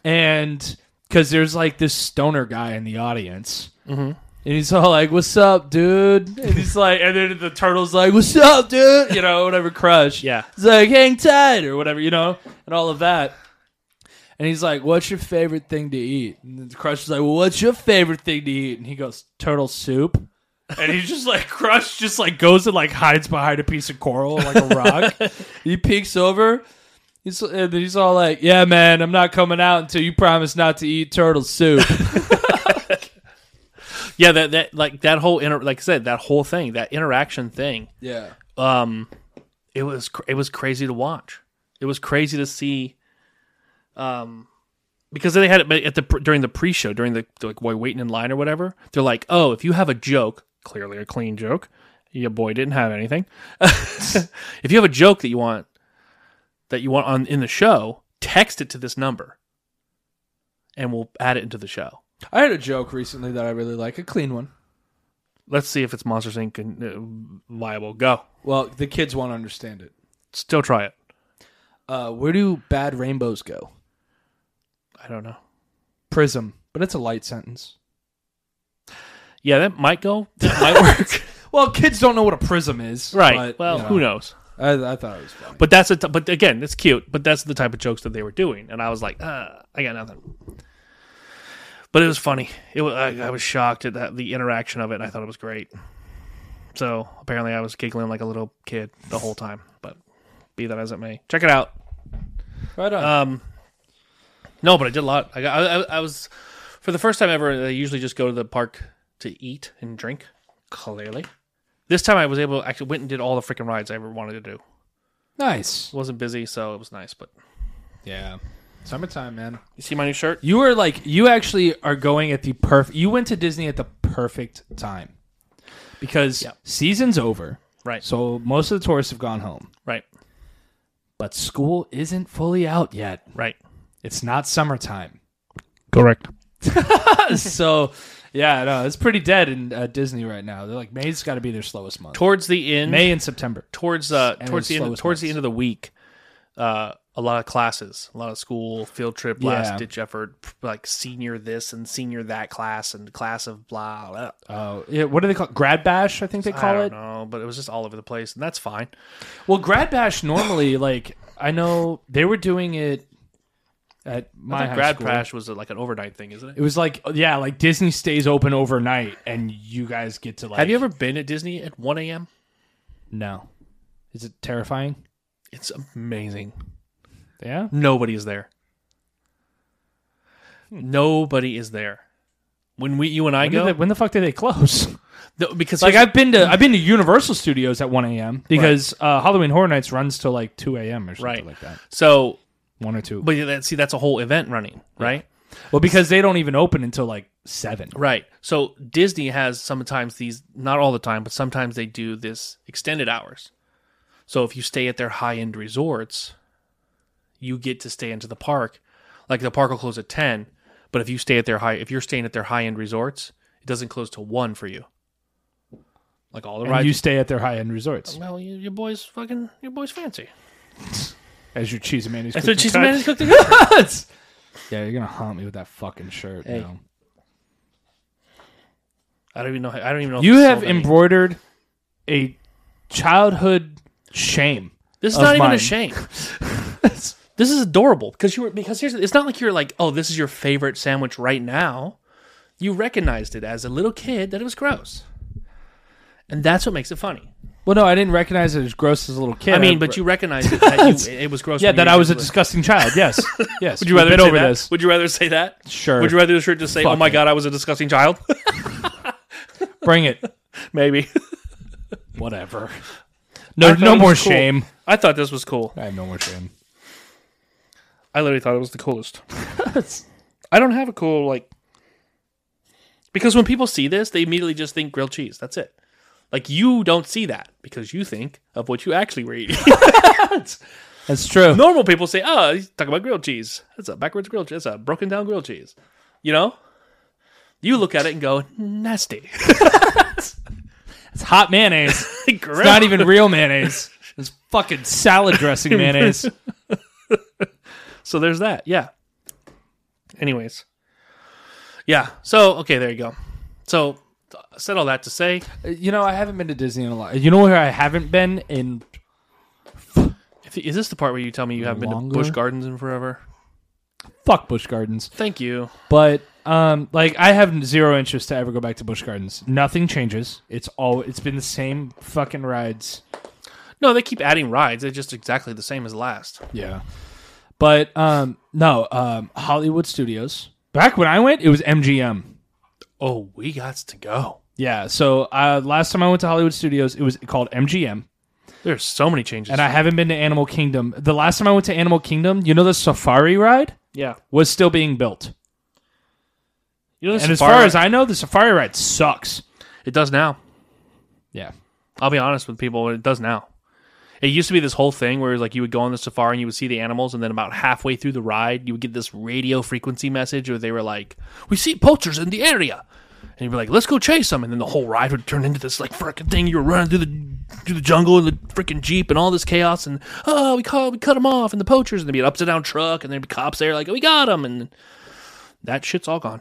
S2: And because there's like this stoner guy in the audience. Mm-hmm. And he's all like, what's up, dude? And he's like, and then the turtle's like, what's up, dude? You know, whatever, Crush.
S1: Yeah.
S2: He's like, hang tight or whatever, you know, and all of that. And he's like, "What's your favorite thing to eat?" And then Crush is like, "Well, what's your favorite thing to eat?" And he goes, "Turtle soup." And he's just like, Crush just like goes and like hides behind a piece of coral, like a rock. he peeks over. He's uh, and then he's all like, "Yeah, man, I'm not coming out until you promise not to eat turtle soup."
S1: Yeah, that that like that whole inter like I said that whole thing that interaction thing.
S2: yeah,
S1: um, it was cr- it was crazy to watch. It was crazy to see, um, because they had it at the pr- during the pre-show during the like while waiting in line or whatever. They're like, oh, if you have a joke, clearly a clean joke, Your boy didn't have anything. if you have a joke that you want that you want on in the show, text it to this number, and we'll add it into the show.
S2: I had a joke recently that I really like, a clean one.
S1: Let's see if it's Monsters Inc. and, uh, viable. Go.
S2: Well, the kids won't understand it.
S1: Still try it.
S2: Uh, where do bad rainbows go?
S1: I don't know.
S2: Prism, but it's a light sentence.
S1: Yeah, that might go. That might work.
S2: Well, kids don't know what a prism is,
S1: right.
S2: but,
S1: well,
S2: you know,
S1: who knows?
S2: I, I thought it was funny.
S1: But that's a t- but again, it's cute. But that's the type of jokes that they were doing, and I was like, uh, I got nothing. But it was funny. It was, I, I was shocked at that, the interaction of it. and I thought it was great. So apparently, I was giggling like a little kid the whole time. But be that as it may, check it out.
S2: Right on.
S1: Um, no, but I did a lot. I, got, I, I, I was for the first time ever. I usually just go to the park to eat and drink. Clearly, this time I was able. Actually, went and did all the freaking rides I ever wanted to do.
S2: nice.
S1: It wasn't busy, so it was nice. But
S2: Yeah. Summertime, man.
S1: you see my new shirt?
S2: You were like, you actually are going at the perfect. You went to Disney at the perfect time because season's over,
S1: Right.
S2: so most of the tourists have gone home,
S1: Right.
S2: but school isn't fully out yet.
S1: Right.
S2: It's not summertime,
S1: Correct.
S2: so yeah, no, it's pretty dead in uh, Disney right now. They're like, May's got to be their slowest month.
S1: Towards the end,
S2: May and September.
S1: towards uh,
S2: And
S1: towards
S2: it's
S1: the end,
S2: slowest
S1: towards the
S2: months.
S1: end of the week, uh, a lot of classes, a lot of school field trip, last
S2: Yeah.
S1: ditch effort, like senior this and senior that class and class of blah. blah.
S2: Oh, yeah. What do they call it? grad bash? I think they
S1: I
S2: call
S1: don't
S2: it.
S1: know, but it was just all over the place, and that's fine.
S2: Well, grad bash normally, like I know they were doing it at my
S1: My
S2: high
S1: grad
S2: school.
S1: crash was uh, like an overnight thing, isn't it?
S2: It was like yeah, like Disney stays open overnight, and you guys get to like.
S1: Have you ever been at Disney at one a.m.?
S2: No. Is it terrifying?
S1: It's amazing.
S2: Yeah.
S1: Nobody is there. Hmm. Nobody is there. When we, you and I
S2: When,
S1: go,
S2: did they- when the fuck did they close?
S1: No, because
S2: like
S1: here's-
S2: I've been to I've been to Universal Studios at 1 a.m. because uh, Halloween Horror Nights runs till like 2 a.m. or something
S1: Right.
S2: like that,
S1: so,
S2: one or two.
S1: but that, see, that's a whole event running, right?
S2: well, because they don't even open until like seven.
S1: Right. So Disney has sometimes these, not all the time, but sometimes they do this extended hours. So if you stay at their high end resorts, you get to stay into the park. Like the park will close at ten, but if you stay at their high, if you're staying at their high end resorts, it doesn't close till one for you. Like all the
S2: And
S1: rides.
S2: you stay at their high end resorts
S1: well, you, your boy's fucking, your boy's fancy.
S2: as your cheese and mayonnaise.
S1: That's
S2: cookie
S1: what she's
S2: cut.
S1: managed to
S2: Yeah, you're gonna haunt me with that fucking shirt. now.
S1: I don't even know. how- I don't even know. if
S2: You
S1: it's
S2: have
S1: sold any.
S2: embroidered a childhood shame.
S1: This is
S2: of
S1: not even
S2: mine.
S1: a shame. this is adorable because you were because here's it's not like you're like oh this is your favorite sandwich right now. You recognized it as a little kid that it was gross, and that's what makes it funny.
S2: Well, no, I didn't recognize it as gross as a little kid.
S1: I mean,
S2: I-
S1: but you recognized it that you, it was gross.
S2: yeah,
S1: when you
S2: that
S1: were
S2: I was a
S1: little.
S2: disgusting child. Yes, yes.
S1: Would you rather
S2: been
S1: say
S2: over
S1: that?
S2: this?
S1: Would you rather say that?
S2: Sure.
S1: Would you rather the shirt just say, "Oh
S2: Fuck
S1: my
S2: it.
S1: god, I was a disgusting child"?
S2: Bring it.
S1: Maybe.
S2: Whatever. No,
S1: I thought
S2: no
S1: it
S2: more
S1: was cool.
S2: shame.
S1: I thought this was cool.
S2: I have no more shame.
S1: I literally thought it was the coolest. I don't have a cool like because when people see this, they immediately just think grilled cheese. That's it. Like you don't see that because you think of what you actually were eating.
S2: That's true.
S1: Normal people say, "Oh, he's talking about grilled cheese. That's a backwards grilled cheese. That's a broken down grilled cheese." You know, you look at it and go, "Nasty."
S2: It's hot mayonnaise.
S1: Gross.
S2: It's not even real mayonnaise. It's fucking salad dressing mayonnaise.
S1: so there's that. Yeah. Anyways, yeah. So okay, there you go. So I said all that to say,
S2: Uh, You know, I haven't been to Disney in a lot. You know where I haven't been in
S1: if, is this the part where you tell me you haven't been to
S2: Longer?
S1: Bush Gardens in forever?
S2: fuck Busch Gardens.
S1: Thank you.
S2: But um, like I have zero interest to ever go back to Busch Gardens. Nothing changes. It's all it's been the same fucking rides.
S1: No, they keep adding rides. They're just exactly the same as last.
S2: Yeah. But um, no, um, Hollywood Studios. Back when I went, it was MGM.
S1: Oh, we got to go.
S2: Yeah. So uh, last time I went to Hollywood Studios, it was called MGM,
S1: There's so many changes.
S2: and I haven't been to Animal Kingdom. The last time I went to Animal Kingdom, you know, the safari ride
S1: yeah.
S2: was still being built.
S1: You know,
S2: And as far as I know, the safari ride sucks.
S1: it does now.
S2: Yeah.
S1: I'll be honest with people. It does now. It used to be this whole thing where like you would go on the safari and you would see the animals, and then about halfway through the ride, you would get this radio frequency message where they were like, "We see poachers in the area," and you'd be like, "Let's go chase them." And then the whole ride would turn into this like freaking thing. You were running through the through the jungle in the freaking jeep and all this chaos, and oh, we caught we cut them off, and the poachers, and there'd be an upside down truck, and there'd be cops there like, "Oh, "We got them," and that shit's all gone.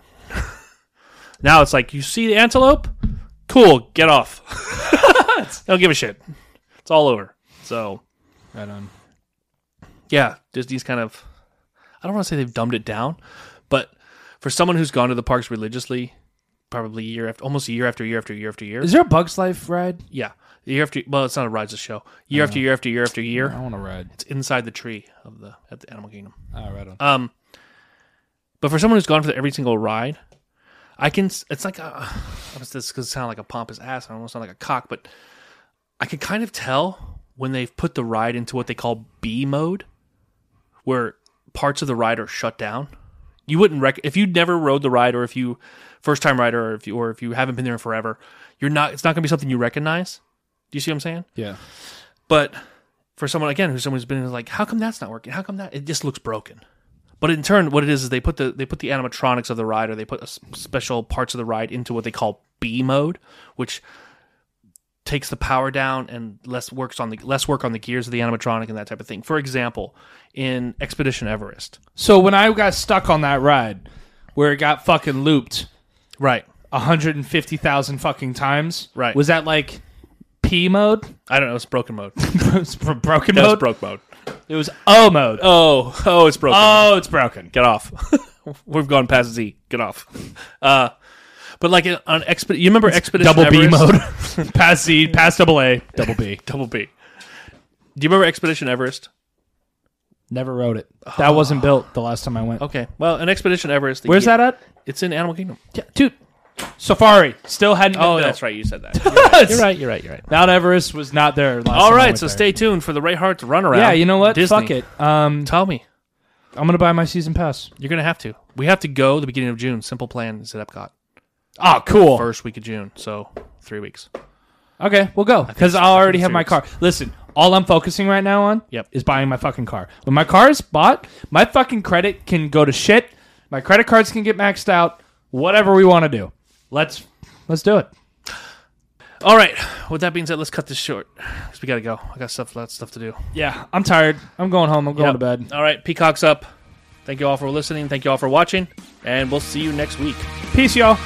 S1: now it's like you see the antelope, cool, get off. Don't give a shit. It's all over. So
S2: Right on.
S1: yeah, Disney's kind of I don't want to say they've dumbed it down, but for someone who's gone to the parks religiously, probably year after almost year after year after year after year.
S2: Is there a Bugs Life ride?
S1: yeah. Year after well, it's not a rides a show. Year after year after year after year.
S2: I want to ride.
S1: It's inside the tree of the at the animal kingdom.
S2: Oh, right on.
S1: Um, but for someone who's gone for the- every single ride, I can. s- It's like a, this could sound like a pompous ass. I don't want to sound like a cock, but I could kind of tell when they've put the ride into what they call B mode, where parts of the ride are shut down. You wouldn't rec if you never rode the ride, or if you first time rider, or if you or if you haven't been there in forever, you're not. It's not going to be something you recognize. Do you see what I'm saying?
S2: yeah.
S1: But for someone again who's someone who's been like, how come that's not working? How come that? It just looks broken. But in turn, what it is is they put the they put the animatronics of the ride or they put a s- special parts of the ride into what they call B mode, which takes the power down and less works on the less work on the gears of the animatronic and that type of thing. For example, in Expedition Everest,
S2: So when I got stuck on that ride, where it got fucking looped
S1: right?
S2: 150,000 fucking times,
S1: Right.
S2: Was that like P mode?
S1: I don't know. It's broken mode. That
S2: It's bro- broken
S1: was
S2: mode.
S1: broke mode.
S2: it was O mode. Oh,
S1: Oh, oh, it's broken.
S2: it's broken.
S1: get off. We've gone past Z. Get off. Uh, but like on exped, you remember expedition
S2: Double B
S1: Everest?
S2: mode. pass Z. Pass double A. Double B.
S1: Double B. Do you remember Expedition Everest?
S2: Never rode it. That wasn't built the last time I went.
S1: Okay, well, an Expedition Everest.
S2: Where's that at?
S1: It's in Animal Kingdom.
S2: Yeah, dude. Safari still hadn't. Been
S1: Oh,
S2: built.
S1: that's right. You said that.
S2: You're right. You're right. You're right. Mount Everest was not there. Last
S1: All
S2: time I
S1: right,
S2: went
S1: so
S2: there.
S1: stay tuned for the Ray Hart's runaround.
S2: Yeah, you know what?
S1: Disney.
S2: Fuck it. Um,
S1: Tell me,
S2: I'm gonna buy my season pass.
S1: you're gonna have to. We have to go the beginning of June. Simple plan is at Epcot
S2: Oh, cool.
S1: first week of June, so three weeks.
S2: Okay, we'll go because I already have my car.
S1: serious.
S2: Listen, all I'm focusing right now on
S1: Yep.
S2: is buying my fucking car. When my car is bought, my fucking credit can go to shit. My credit cards can get maxed out. Whatever we want to do, let's let's do it.
S1: All right. With that being said, let's cut this short because we gotta go. I got stuff, lots of stuff to do.
S2: Yeah, I'm tired. I'm going home. I'm going to
S1: Yep.
S2: bed.
S1: All right, Peacock's up. Thank you all for listening. Thank you all for watching, and we'll see you next week.
S2: Peace, y'all.